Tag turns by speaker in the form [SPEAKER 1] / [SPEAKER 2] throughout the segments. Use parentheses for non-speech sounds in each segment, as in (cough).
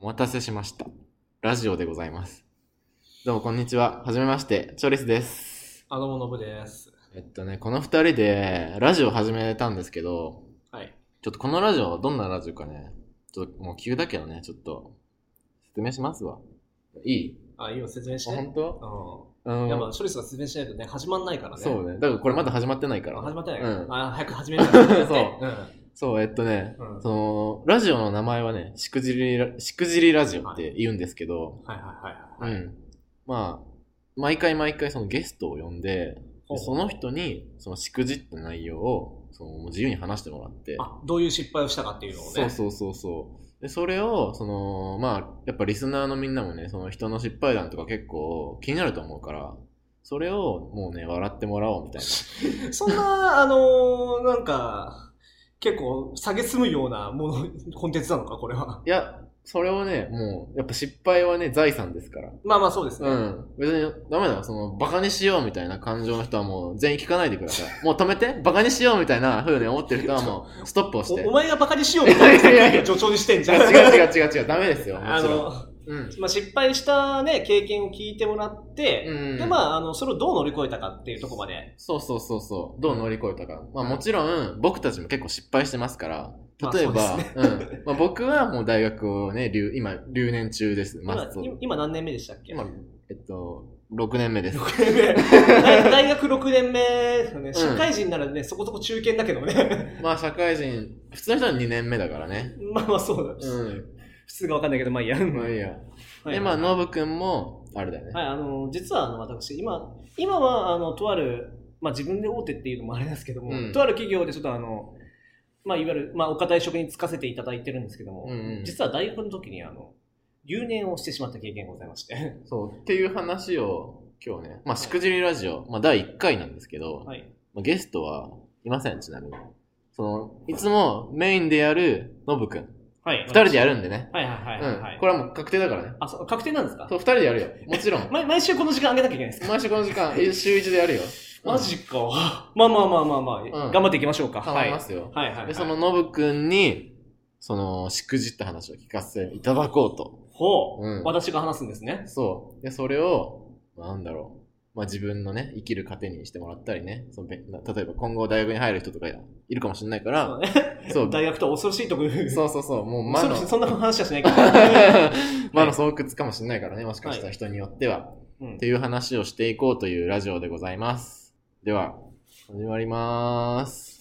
[SPEAKER 1] お待たせしました。ラジオでございます。どうもこんにちは。はじめまして、チョリスです。
[SPEAKER 2] あ、どうも、のぶです。
[SPEAKER 1] えっとね、この二人でラジオ始めたんですけど、
[SPEAKER 2] はい。
[SPEAKER 1] ちょっとこのラジオ、どんなラジオかね、ちょっともう急だけどね、ちょっと説明しますわ。いい
[SPEAKER 2] あ、いいよ、説明し
[SPEAKER 1] あ
[SPEAKER 2] て。
[SPEAKER 1] 本当
[SPEAKER 2] う
[SPEAKER 1] うん
[SPEAKER 2] ん。いや、まあ、処理すが説明しないとね、始まんないからね。
[SPEAKER 1] そうね。だからこれまだ始まってないか
[SPEAKER 2] あ
[SPEAKER 1] ら。
[SPEAKER 2] 始まってない。
[SPEAKER 1] うん
[SPEAKER 2] あ、早く始め (laughs) るから。
[SPEAKER 1] そうそう、えっとね、
[SPEAKER 2] うん。うん。
[SPEAKER 1] その、ラジオの名前はね、しくじりラ、しくじりラジオって言うんですけど、
[SPEAKER 2] はいはいはい。
[SPEAKER 1] う
[SPEAKER 2] はい。
[SPEAKER 1] ん。まあ、毎回毎回そのゲストを呼んで、
[SPEAKER 2] ほう
[SPEAKER 1] でその人に、そのしくじった内容を、そのもう自由に話してもらって、
[SPEAKER 2] あ、どういう失敗をしたかっていうのをね。
[SPEAKER 1] そうそうそうそう。で、それを、その、まあ、やっぱリスナーのみんなもね、その人の失敗談とか結構気になると思うから、それをもうね、笑ってもらおうみたいな。
[SPEAKER 2] そんな、あのー、なんか、結構、下げむようなもの、コンテンツなのか、これは。
[SPEAKER 1] いや、それをね、もう、やっぱ失敗はね、財産ですから。
[SPEAKER 2] まあまあ、そうですね。
[SPEAKER 1] う。ん。別に、ダメだよ。その、バカにしようみたいな感情の人はもう、全員聞かないでください。もう止めて、バカにしようみたいな風に思ってる人はもう、ストップをして。
[SPEAKER 2] おお前がバカにしようみた
[SPEAKER 1] (laughs)
[SPEAKER 2] いな
[SPEAKER 1] いやいやいや
[SPEAKER 2] 助長にしてんじ
[SPEAKER 1] 違
[SPEAKER 2] ゃん。
[SPEAKER 1] う違う違う違う違う、ダメですよ。も
[SPEAKER 2] (laughs) あ
[SPEAKER 1] ちろん。
[SPEAKER 2] の、
[SPEAKER 1] うん。
[SPEAKER 2] まあ、失敗したね、経験を聞いてもらって、
[SPEAKER 1] うん
[SPEAKER 2] で、まあ、あの、それをどう乗り越えたかっていうとこまで。
[SPEAKER 1] そうそうそうそう。どう乗り越えたか。まあもちろん、僕たちも結構失敗してますから。例えば、
[SPEAKER 2] まあ
[SPEAKER 1] うん。まあ僕はもう大学をね、留今、留年中です。ま
[SPEAKER 2] 今
[SPEAKER 1] あ、そう
[SPEAKER 2] 今今何年目でしたっけ
[SPEAKER 1] 今、えっと、6年目です。
[SPEAKER 2] 6年目 (laughs) 大大学6年目ですよね。
[SPEAKER 1] ん
[SPEAKER 2] 社会人ならね、そこそこ中堅だけどね。 (laughs)
[SPEAKER 1] まあ社会人、普通の人は2年目だからね。
[SPEAKER 2] まあまあそう
[SPEAKER 1] う
[SPEAKER 2] だ。
[SPEAKER 1] ん。
[SPEAKER 2] 普通がわかんないけど、まあいいや。
[SPEAKER 1] まあいいや。
[SPEAKER 2] はい
[SPEAKER 1] で、まあ、ノブくんも、あれだよね。
[SPEAKER 2] はい、あの、実はあの私、今、今は、あの、とある、まあ自分で大手っていうのもあれなんですけども、
[SPEAKER 1] うん
[SPEAKER 2] とある企業でちょっとあの、まあいわゆる、まあお堅い職に就かせていただいてるんですけども、
[SPEAKER 1] うんうん
[SPEAKER 2] 実は大学の時にあの、留年をしてしまった経験がございまして。 (laughs)
[SPEAKER 1] そう。っていう話を、今日ね、まあ、しくじりラジオ、まあ、第1回なんですけど、
[SPEAKER 2] はい。
[SPEAKER 1] まあゲストはいません、ちなみに。その、いつもメインでやる、ノブくん。
[SPEAKER 2] はい。
[SPEAKER 1] 二人でやるんでね。
[SPEAKER 2] はいはいはいはい。
[SPEAKER 1] うん。これはもう確定だからね。
[SPEAKER 2] あ、そう、確定なんですか
[SPEAKER 1] そう、二人でやるよ。もちろん。
[SPEAKER 2] 毎毎週この時間あげなきゃいけないんですか
[SPEAKER 1] 毎週この時
[SPEAKER 2] (laughs)
[SPEAKER 1] 間、え週一でやるよ。
[SPEAKER 2] マジか。まあまあまあまあまあ、
[SPEAKER 1] ん
[SPEAKER 2] 頑張っていきましょうか。
[SPEAKER 1] うん
[SPEAKER 2] は
[SPEAKER 1] 構
[SPEAKER 2] い。
[SPEAKER 1] い
[SPEAKER 2] は
[SPEAKER 1] ま
[SPEAKER 2] い
[SPEAKER 1] すよ。
[SPEAKER 2] はいはい。
[SPEAKER 1] で、その、ノブくんに、その、しくじった話を聞かせていただこうと。
[SPEAKER 2] ほう、
[SPEAKER 1] うん
[SPEAKER 2] 私が話すんですね。
[SPEAKER 1] そう。で、それを、なんだろう。まあ、自分のね、生きる糧にしてもらったりね。そのべな例えば、今後大学に入る人とかいるかもしれないから、そう、
[SPEAKER 2] (laughs) 大学とは恐ろしいとこ
[SPEAKER 1] そうそうそう、もう魔
[SPEAKER 2] 恐
[SPEAKER 1] の
[SPEAKER 2] ろしい、そんな話はしな
[SPEAKER 1] (laughs)
[SPEAKER 2] いから。
[SPEAKER 1] 魔の巣窟かもしれないからね、もしかしたら人によっては。
[SPEAKER 2] うん
[SPEAKER 1] っていう話をしていこうというラジオでございます。では、始まりまーす。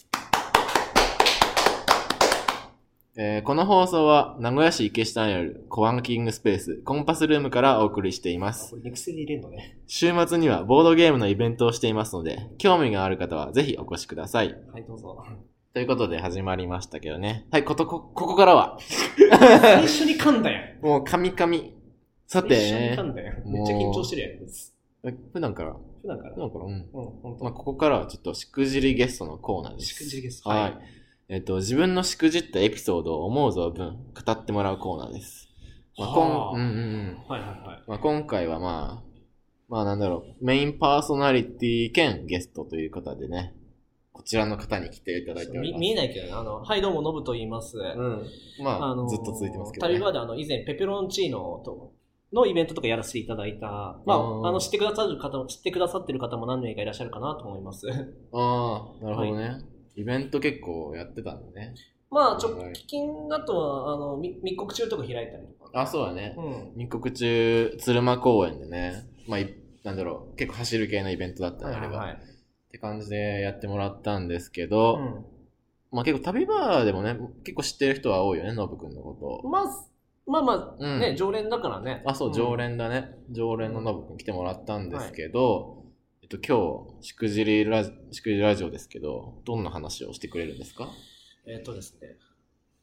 [SPEAKER 1] えーこの放送は名古屋市池下にあるコワンキングスペースコンパスルームからお送りしていま
[SPEAKER 2] あ
[SPEAKER 1] す
[SPEAKER 2] こ。れ、肉声で入れんのね。
[SPEAKER 1] 週末にはボードゲームのイベントをしていますので、興味がある方はぜひお越しください。
[SPEAKER 2] はい、どうぞ。
[SPEAKER 1] ということで始まりましたけどね。はい、ことこ、ここからは、
[SPEAKER 2] 最初に噛んだ
[SPEAKER 1] (laughs)
[SPEAKER 2] やん。
[SPEAKER 1] もうカミカミ。さて、
[SPEAKER 2] 最初に噛んだやん。めっちゃ緊張してるやん。こいつ
[SPEAKER 1] 普段から、
[SPEAKER 2] 普段から。
[SPEAKER 1] 普
[SPEAKER 2] うん、
[SPEAKER 1] 段から、うん。
[SPEAKER 2] ほん
[SPEAKER 1] まあ、
[SPEAKER 2] と。
[SPEAKER 1] ここからはちょっとしくじりゲストのコーナーです。
[SPEAKER 2] しくじりです。
[SPEAKER 1] はい。。えっと、自分のしくじったエピソードを思う存分語ってもらうコーナーです。まあ、
[SPEAKER 2] は
[SPEAKER 1] こん、
[SPEAKER 2] あ
[SPEAKER 1] うんうんうん。
[SPEAKER 2] はいはいはい。
[SPEAKER 1] まあ、今回はまあ、まあなんだろう、メインパーソナリティ兼ゲストという方でね、こちらの方に来ていただいており
[SPEAKER 2] 見
[SPEAKER 1] ます。
[SPEAKER 2] 見えないけどね。あの、はい、どうも、ノブと言います。
[SPEAKER 1] うん。まあ、
[SPEAKER 2] あの
[SPEAKER 1] ずっと続いてますけど、ね。
[SPEAKER 2] 旅バーであの以前、ペペロンチーノとのイベントとかやらせていただいた、まあ、
[SPEAKER 1] うん
[SPEAKER 2] あの知ってくださる方も、知ってくださってる方も何名かいらっしゃるかなと思います。 (laughs)
[SPEAKER 1] ああ、なるほどね、イベント結構やってたんだね。
[SPEAKER 2] まあ、直近だとは、あの、み密告中とか開いたりとか。
[SPEAKER 1] あ、そうだね。
[SPEAKER 2] うん。
[SPEAKER 1] 密告中、鶴間公園でね、まあ、いなんだろう、結構走る系のイベントだったね、あれは。
[SPEAKER 2] はい。
[SPEAKER 1] って感じでやってもらったんですけど、
[SPEAKER 2] う
[SPEAKER 1] まあ結構旅バーでもね、結構知ってる人は多いよね、ノブくんのこ
[SPEAKER 2] ん。まず、まあま
[SPEAKER 1] と。う
[SPEAKER 2] あ、
[SPEAKER 1] ん。
[SPEAKER 2] ね、常連だからね。
[SPEAKER 1] あ、そう、
[SPEAKER 2] ん
[SPEAKER 1] 常。連だね。常連のノブくん来てもらったんですけど、えっと今日、しくじりラジ、しくじりラジオですけど、どんな話をしてくれるんですか
[SPEAKER 2] えっとですね。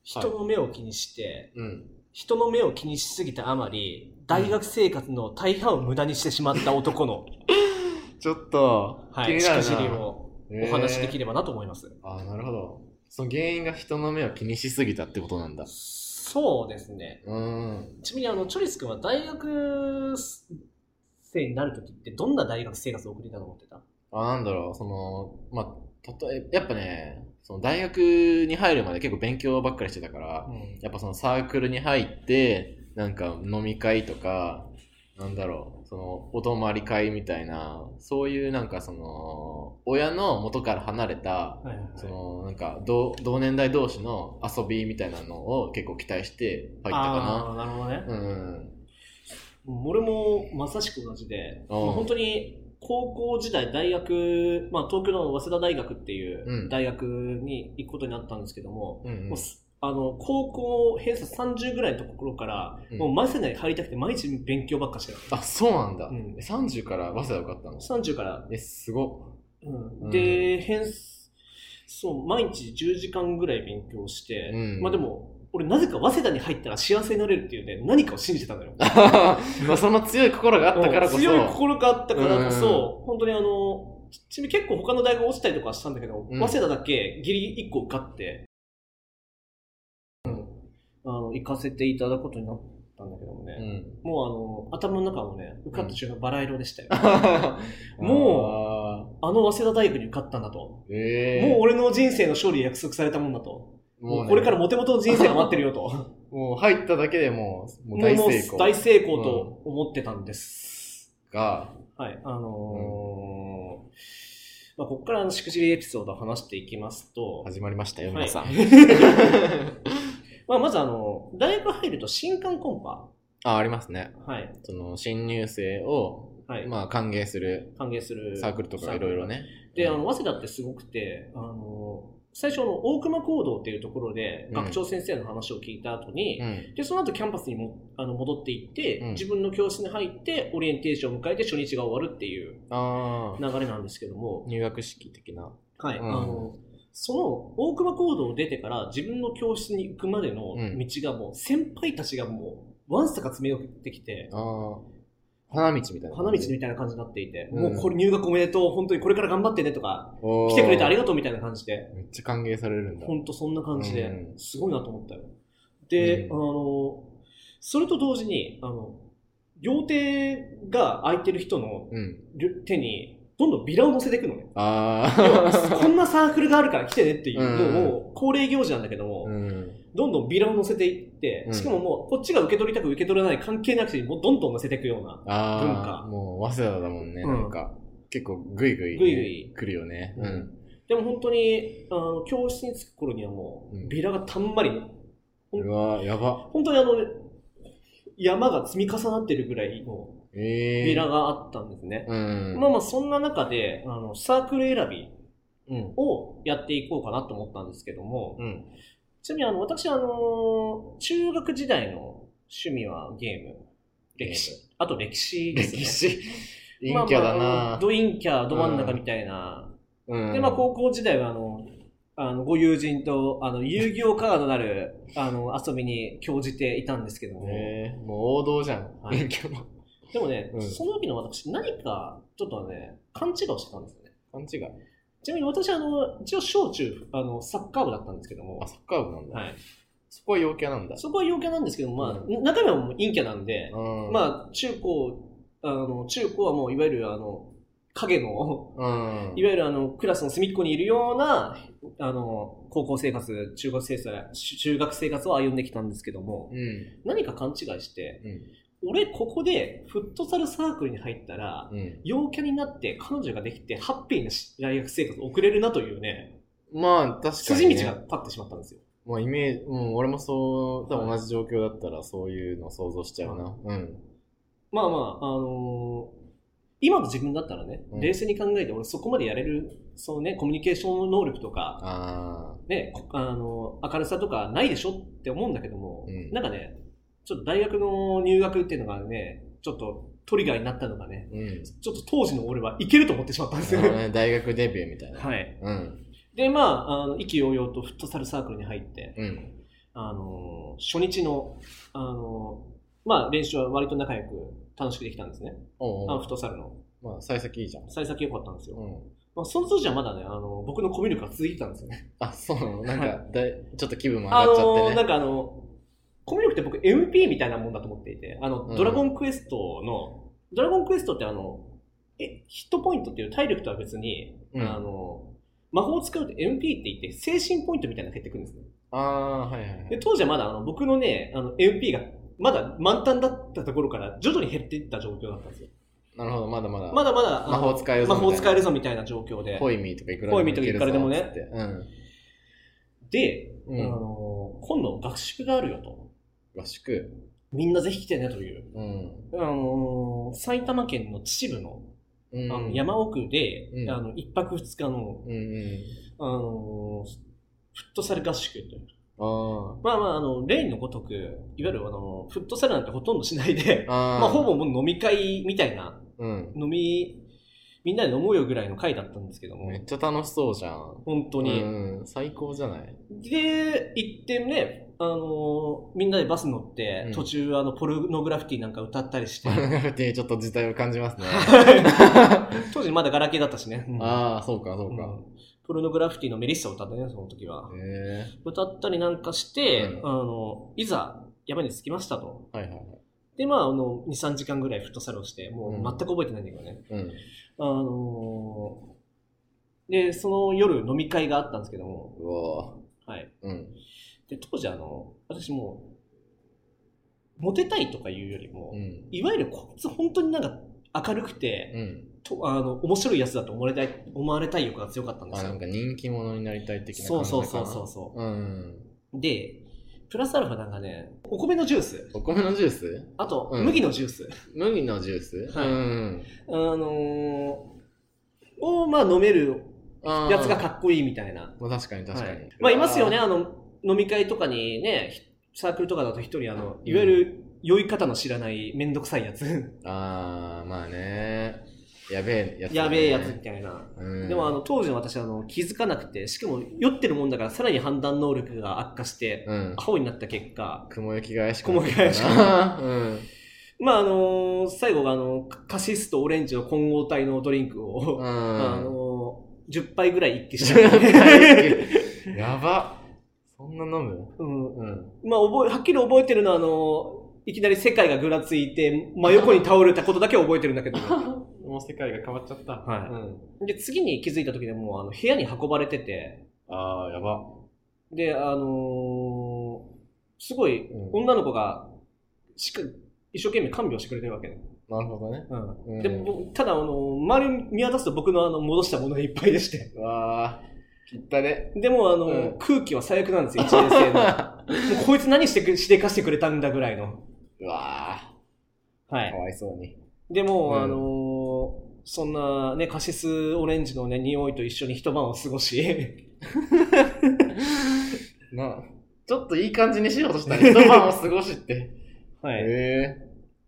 [SPEAKER 2] 人の目を気にして、
[SPEAKER 1] うん。
[SPEAKER 2] 人の目を気にしすぎたあまり、大学生活の大半を無駄にしてしまった男の、
[SPEAKER 1] ちょっと、
[SPEAKER 2] はい、しくじりをお話しでき
[SPEAKER 1] る。
[SPEAKER 2] ればなと思います。
[SPEAKER 1] あ、なるほど。その原因が人の目を気にしすぎたってことなんだ。
[SPEAKER 2] そうですね。
[SPEAKER 1] うーん。
[SPEAKER 2] ちなみに、あの、チョリス君は大学生になるときって、どんな大学生活を送りたと思ってた
[SPEAKER 1] あ、なんだろう、その、まあ、たとえ、やっぱね、その大学に入るまで結構勉強ばっかりしてたから、
[SPEAKER 2] うん
[SPEAKER 1] やっぱそのサークルに入って、なんか飲み会とか、なんだろう、その、お泊まり会みたいな、そういうなんかその、親の元から離れた、
[SPEAKER 2] はいはい
[SPEAKER 1] その、なんか同、同年代同士の遊びみたいなのを結構期待して入った
[SPEAKER 2] あ
[SPEAKER 1] か
[SPEAKER 2] あー、なるほどね
[SPEAKER 1] な。。うん。
[SPEAKER 2] 俺もまさしく同じで、
[SPEAKER 1] あ
[SPEAKER 2] ま
[SPEAKER 1] ー
[SPEAKER 2] あ本当に高校時代、大学、まあ、東京の早稲田大学っていううん大学に行くことになったんですけども、
[SPEAKER 1] うんうん
[SPEAKER 2] もうすあの高校偏差30ぐらいのところから、
[SPEAKER 1] うん
[SPEAKER 2] もう早稲田に入りたくて毎日勉強ばっかしてた、
[SPEAKER 1] あ、そうなんだ。
[SPEAKER 2] うん
[SPEAKER 1] え30から早稲田受かったの
[SPEAKER 2] 30から、
[SPEAKER 1] え、すごっ。
[SPEAKER 2] う、
[SPEAKER 1] うんん
[SPEAKER 2] で、偏そう毎日10時間ぐらい勉強して、
[SPEAKER 1] うん
[SPEAKER 2] まあでも俺なぜか早稲田に入ったら幸せになれるっていうね何かを信じてたのよ
[SPEAKER 1] (laughs) まあその強い心があったからこそ。
[SPEAKER 2] 強い心があったからこ
[SPEAKER 1] うん
[SPEAKER 2] そ、本当にあの、ちなみに結構他の大学落ちたりとかしたんだけど、
[SPEAKER 1] うん
[SPEAKER 2] 早稲田だけギリ1個受かって、うんあの、行かせていただくことになったんだけども
[SPEAKER 1] う
[SPEAKER 2] ね、
[SPEAKER 1] ん。
[SPEAKER 2] もうあの、頭の中もね、受かった瞬間バラ色でしたよ。
[SPEAKER 1] も
[SPEAKER 2] あの早稲田大学に受かったんだと。
[SPEAKER 1] う、え
[SPEAKER 2] もう
[SPEAKER 1] え
[SPEAKER 2] 俺の人生の勝利約束されたもんだと。
[SPEAKER 1] ー、
[SPEAKER 2] もう
[SPEAKER 1] ね
[SPEAKER 2] これからモテモテの人生が待ってるよと。
[SPEAKER 1] もう入っただけでもう、 (laughs) もう
[SPEAKER 2] もう
[SPEAKER 1] 大
[SPEAKER 2] もう
[SPEAKER 1] 成功
[SPEAKER 2] 大成功と思ってたんです。
[SPEAKER 1] が、
[SPEAKER 2] はい、あのーまあ、ここからあのしくじりエピソードを話していきますと、
[SPEAKER 1] 始まりましたよ、
[SPEAKER 2] は
[SPEAKER 1] 皆
[SPEAKER 2] い
[SPEAKER 1] さん。
[SPEAKER 2] (laughs) まあ、まずあの、大学入ると新刊コン
[SPEAKER 1] あ、ありますね。
[SPEAKER 2] パ、はい、
[SPEAKER 1] その、新入生を、
[SPEAKER 2] はい、
[SPEAKER 1] まあ、歓迎する
[SPEAKER 2] 歓迎する。
[SPEAKER 1] サークルとかいろいろ。ね。
[SPEAKER 2] で、あ
[SPEAKER 1] うん
[SPEAKER 2] の、早稲田ってすごくて、あの最初あの大熊講堂っていうところで
[SPEAKER 1] うん
[SPEAKER 2] 学長先生の話を聞いた後に、
[SPEAKER 1] うん。
[SPEAKER 2] で、その後キャンパスにもあの戻っていって、
[SPEAKER 1] うん
[SPEAKER 2] 自分の教室に入ってオリエンテーションを迎えて初日が終わるっていう
[SPEAKER 1] ああ、
[SPEAKER 2] 流れなんですけども、
[SPEAKER 1] 入学式的な。
[SPEAKER 2] はい、
[SPEAKER 1] うん
[SPEAKER 2] あのその大熊講堂を出てから自分の教室に行くまでの
[SPEAKER 1] うん
[SPEAKER 2] 道がもう先輩たちがもうわんさか詰め寄ってきて
[SPEAKER 1] ああ、花道みたいな。
[SPEAKER 2] 花道みたいな感じになっていて、
[SPEAKER 1] うん
[SPEAKER 2] もうこれ入学おめでとう本当にこれから頑張ってねとか
[SPEAKER 1] おー
[SPEAKER 2] 来てくれてありがとうみたいな感じで
[SPEAKER 1] めっちゃ歓迎されるんだ。
[SPEAKER 2] 本当そんな感じで、
[SPEAKER 1] うん
[SPEAKER 2] すごいなと思ったよで、
[SPEAKER 1] うん
[SPEAKER 2] あのそれと同時にあの両手が空いてる人の
[SPEAKER 1] うん。
[SPEAKER 2] 手にどんどんビラを乗せていくのね
[SPEAKER 1] あ
[SPEAKER 2] (laughs) こ
[SPEAKER 1] あ、
[SPEAKER 2] んなサークルがあるから来てねっていう
[SPEAKER 1] うん
[SPEAKER 2] のを恒例行事なんだけども、
[SPEAKER 1] うん。
[SPEAKER 2] どんどんビラを乗せていって
[SPEAKER 1] う、ん
[SPEAKER 2] しかももうこっちが受け取りたく受け取らない関係なくて、もうどんどん乗せていくような。文
[SPEAKER 1] あ
[SPEAKER 2] 化
[SPEAKER 1] あ、もう、早稲田だもんね、
[SPEAKER 2] うん
[SPEAKER 1] なんか。結構、ぐいぐいね。
[SPEAKER 2] ぐいぐい
[SPEAKER 1] 来るよね。
[SPEAKER 2] う
[SPEAKER 1] うんん。
[SPEAKER 2] でも本当に、あの、教室に着く頃にはも
[SPEAKER 1] う
[SPEAKER 2] う、
[SPEAKER 1] ん
[SPEAKER 2] ビラがたんまり、
[SPEAKER 1] うわやば。
[SPEAKER 2] 本当にあの、山が積み重なってるぐらいの
[SPEAKER 1] ええー。
[SPEAKER 2] ビラがあったんですね。
[SPEAKER 1] うん。
[SPEAKER 2] まあまあそんな中で、あの、サークル選び
[SPEAKER 1] うん。
[SPEAKER 2] をやっていこうかなと思ったんですけども、
[SPEAKER 1] うん。
[SPEAKER 2] ちなみにあの、私あの、中学時代の趣味はゲーム、歴史
[SPEAKER 1] ゲ、
[SPEAKER 2] あと歴史ですね。
[SPEAKER 1] 歴史。 (laughs) 陰キャだ
[SPEAKER 2] まあまああ
[SPEAKER 1] な
[SPEAKER 2] のドインキャ、ど真ん中みたいな。
[SPEAKER 1] うん。
[SPEAKER 2] で、まあ、高校時代は、あの、あの、ご友人と、あの、遊戯王カードな
[SPEAKER 1] (laughs)
[SPEAKER 2] る、あの、遊びに興じていたんですけども。
[SPEAKER 1] ねえもう王道じゃん。
[SPEAKER 2] はい
[SPEAKER 1] 陰キャも。
[SPEAKER 2] でもね、
[SPEAKER 1] うん
[SPEAKER 2] その時の私、何か、ちょっとね、勘違いをしてたんですよね。
[SPEAKER 1] 勘違い。
[SPEAKER 2] ちなみに私、あの、一応、小中、あの、サッカー部だったんですけども
[SPEAKER 1] あ、。サッカー部なんだ。
[SPEAKER 2] はい。
[SPEAKER 1] そこは陽キャなんだ。
[SPEAKER 2] そこは陽キャなんですけども、まあ、
[SPEAKER 1] う
[SPEAKER 2] 中身はもう陰キャなんで、
[SPEAKER 1] うん。
[SPEAKER 2] まあ、中高、あの、中高はもう、いわゆる、あの、影の、
[SPEAKER 1] うん。
[SPEAKER 2] いわゆるあのクラスの隅っこにいるようなあの高校生活、中学生活中学生活を歩んできたんですけども、
[SPEAKER 1] うん。
[SPEAKER 2] 何か勘違いして、
[SPEAKER 1] うん。
[SPEAKER 2] 俺、ここでフットサルサークルに入ったら、
[SPEAKER 1] うん。
[SPEAKER 2] 陽キャになって彼女ができて、ハッピーなし大学生活を送れるなというね、
[SPEAKER 1] まあ、確かに。
[SPEAKER 2] 筋道が。立ってしまったんですよ。
[SPEAKER 1] まあ、イメージ、うん、俺もそう、多分同じ状況だったら、そういうの想像しちゃうな。うん。
[SPEAKER 2] まあまあ、あのー今の自分だったらね、
[SPEAKER 1] うん
[SPEAKER 2] 冷静に考えて、俺そこまでやれる、そうね、コミュニケーション能力とか、
[SPEAKER 1] あ
[SPEAKER 2] ね、こあの、明るさとかないでしょって思うんだけども、
[SPEAKER 1] うん
[SPEAKER 2] なんかね、ちょっと大学の入学っていうのがね、ちょっとトリガーになったのがね
[SPEAKER 1] あ。、うん。
[SPEAKER 2] ちょっと当時の俺はいけると思ってしまったんです
[SPEAKER 1] あ
[SPEAKER 2] よ
[SPEAKER 1] の
[SPEAKER 2] ね。
[SPEAKER 1] ね大学デビューみたいな。
[SPEAKER 2] はい。
[SPEAKER 1] うん。
[SPEAKER 2] で、まあ、あの、意気揚々とフットサルサークルに入って、
[SPEAKER 1] うん。
[SPEAKER 2] あの、初日の、あの、まあ、練習は割と仲良く楽しくできたんですね。
[SPEAKER 1] お
[SPEAKER 2] あ
[SPEAKER 1] う
[SPEAKER 2] の、
[SPEAKER 1] お
[SPEAKER 2] フッ
[SPEAKER 1] う。
[SPEAKER 2] トサルの。
[SPEAKER 1] まあ、幸先いいじゃん。
[SPEAKER 2] 幸先良かったんですよ。
[SPEAKER 1] うん。
[SPEAKER 2] まあ、その当時はまだね、あの、僕のコミュ力が続いてたんですよね。
[SPEAKER 1] あ、そうなのなんか、だいちょっと気分も上
[SPEAKER 2] あ
[SPEAKER 1] がっちゃ
[SPEAKER 2] の
[SPEAKER 1] って
[SPEAKER 2] な
[SPEAKER 1] ね。
[SPEAKER 2] んかあの、コミュ力って僕 MP みたいなもんだと思っていて、あの、
[SPEAKER 1] うん
[SPEAKER 2] ドラゴンクエストの、ドラゴンクエストってあの、え、ヒットポイントっていう体力とは別に、
[SPEAKER 1] うん
[SPEAKER 2] あの、魔法を使うと MP って言って精神ポイントみたいなのが減ってくるんですね。
[SPEAKER 1] ああー、はいはいは
[SPEAKER 2] で、
[SPEAKER 1] い。
[SPEAKER 2] 当時はまだあの僕のね、あの MP がまだ満タンだったところから徐々に減っていった状況だったんですよ。
[SPEAKER 1] なるほど、まだまだ。
[SPEAKER 2] まだまだ、あの
[SPEAKER 1] 魔法使えるぞ
[SPEAKER 2] 魔法使えるぞみたいな状況で。
[SPEAKER 1] ホイミーとかいくら
[SPEAKER 2] ホイミーとかいくらでもね
[SPEAKER 1] いけるぞっつって
[SPEAKER 2] で、
[SPEAKER 1] うん。
[SPEAKER 2] あ
[SPEAKER 1] うん。
[SPEAKER 2] の、今度学習があるよと。
[SPEAKER 1] 合宿。
[SPEAKER 2] みんなぜひ来てねという。
[SPEAKER 1] うん。
[SPEAKER 2] あの、埼玉県の秩父の
[SPEAKER 1] う
[SPEAKER 2] あの
[SPEAKER 1] ん。
[SPEAKER 2] 山奥で、
[SPEAKER 1] うん
[SPEAKER 2] あの、一泊二日の、
[SPEAKER 1] うんうん。
[SPEAKER 2] あの、フットサル合宿という。
[SPEAKER 1] あ
[SPEAKER 2] まあまあ、あの、例のごとく、いわゆるあの、フットサルなんてほとんどしないで
[SPEAKER 1] あ。、ああ。
[SPEAKER 2] まあほぼもう飲み会みたいな、
[SPEAKER 1] うん。
[SPEAKER 2] 飲み、みんなで飲もうよぐらいの会だったんですけども
[SPEAKER 1] め、っちゃ楽しそうじゃん。
[SPEAKER 2] 本当
[SPEAKER 1] 本
[SPEAKER 2] に。
[SPEAKER 1] うん。最高じゃない
[SPEAKER 2] で、行ってね、あのみんなでバス乗って、
[SPEAKER 1] うん
[SPEAKER 2] 途中あの、ポルノグラフィティなんか歌ったりして、
[SPEAKER 1] (laughs) ってちょっと時代を感じ
[SPEAKER 2] (laughs)
[SPEAKER 1] ますね。
[SPEAKER 2] 当時まだガラケーだったしね。うん
[SPEAKER 1] ああ、そうか、そう
[SPEAKER 2] う
[SPEAKER 1] か。
[SPEAKER 2] んポルノグラフィティのメリッサを歌ってね、その時は。
[SPEAKER 1] へ
[SPEAKER 2] 歌ったりなんかして、
[SPEAKER 1] うん
[SPEAKER 2] あの、いざ山に着きましたと。
[SPEAKER 1] え。はいはいはい。
[SPEAKER 2] で、まあ、あの、2、3時間ぐらいフットサルをして、もう
[SPEAKER 1] うん
[SPEAKER 2] 全く覚えてないんだけどね。
[SPEAKER 1] うん。
[SPEAKER 2] あのーで、その夜飲み会があったんですけども、
[SPEAKER 1] うわぁ。
[SPEAKER 2] はい。
[SPEAKER 1] うん。
[SPEAKER 2] で、当時あの、私もう、モテたいとかいうよりも、
[SPEAKER 1] うん。
[SPEAKER 2] いわゆるこいつ本当になんか明るくて、
[SPEAKER 1] うん。
[SPEAKER 2] とあの、面白いやつだと思われたい、思われたい欲が強かったんで
[SPEAKER 1] あ、
[SPEAKER 2] す
[SPEAKER 1] なん
[SPEAKER 2] よ。
[SPEAKER 1] か人気者になりたい的な
[SPEAKER 2] そ
[SPEAKER 1] 感
[SPEAKER 2] う
[SPEAKER 1] じか
[SPEAKER 2] そう
[SPEAKER 1] な。
[SPEAKER 2] そうそうそう。
[SPEAKER 1] うん。
[SPEAKER 2] で、プラスアルファなんかね、お米のジュース、
[SPEAKER 1] お米のジュース
[SPEAKER 2] あと、
[SPEAKER 1] うん
[SPEAKER 2] 麦のジュース、
[SPEAKER 1] 麦のジュース
[SPEAKER 2] はい
[SPEAKER 1] うん。
[SPEAKER 2] あのー、を、まあ、飲める
[SPEAKER 1] あー
[SPEAKER 2] やつがかっこいいみたいな。
[SPEAKER 1] まあ確かに確かに。
[SPEAKER 2] はいまあ、いますよね、あの、飲み会とかにね、ひサークルとかだと一人、あの、いわゆる酔い方の知らないめんどくさいやつ、
[SPEAKER 1] あー。あー、まあね。やべえやつ、
[SPEAKER 2] やべえやつみ。たいな。
[SPEAKER 1] うん。
[SPEAKER 2] でもあの当時の私あの気づかなくてしかも酔ってるもんだからさらに判断能力が悪化して
[SPEAKER 1] うん
[SPEAKER 2] ア。ホになった結果
[SPEAKER 1] 雲行きが怪しく
[SPEAKER 2] 雲行きが怪しく
[SPEAKER 1] な。うん。
[SPEAKER 2] まああの最後があのカシスとオレンジの混合体のドリンクを
[SPEAKER 1] (laughs) う
[SPEAKER 2] あ
[SPEAKER 1] ん。
[SPEAKER 2] のー、10杯ぐらい一気して、
[SPEAKER 1] やば。そんな飲む
[SPEAKER 2] うん
[SPEAKER 1] うん。
[SPEAKER 2] まあ覚え、はっきり覚えてるのは、あのー、いきなり世界がぐらついて、真横に倒れたことだけは覚えてるんだけ
[SPEAKER 1] (laughs)
[SPEAKER 2] ど。
[SPEAKER 1] もう世界が変わっちゃった。
[SPEAKER 2] はい
[SPEAKER 1] うん。
[SPEAKER 2] で、次に気づいた時でもう、あの、部屋に運ばれてて、
[SPEAKER 1] あー、やば。
[SPEAKER 2] で、あのー、すごい、
[SPEAKER 1] うん
[SPEAKER 2] 女の子が、しか、一生懸命看病してくれてるわけね。
[SPEAKER 1] なるほどね。
[SPEAKER 2] うん。
[SPEAKER 1] うん
[SPEAKER 2] で、僕ただ、あのー、周り見渡すと僕のあの、戻したものがいっぱいでして。
[SPEAKER 1] うわー、切ったね。
[SPEAKER 2] でも、あのー、
[SPEAKER 1] うん
[SPEAKER 2] 空気は最悪なんですよ、一年生 (laughs) の。もうこいつ何してく、してかしてくれたんだぐらいの。
[SPEAKER 1] うわ
[SPEAKER 2] は
[SPEAKER 1] ー、か
[SPEAKER 2] い。
[SPEAKER 1] わいそうに。
[SPEAKER 2] でも、
[SPEAKER 1] うん
[SPEAKER 2] あのーそんなね、カシスオレンジのね、匂いと一緒に一晩を過ごし、
[SPEAKER 1] なちょっといい感じにしようとしたね。一晩を過ごしって。
[SPEAKER 2] (laughs) はい。
[SPEAKER 1] へ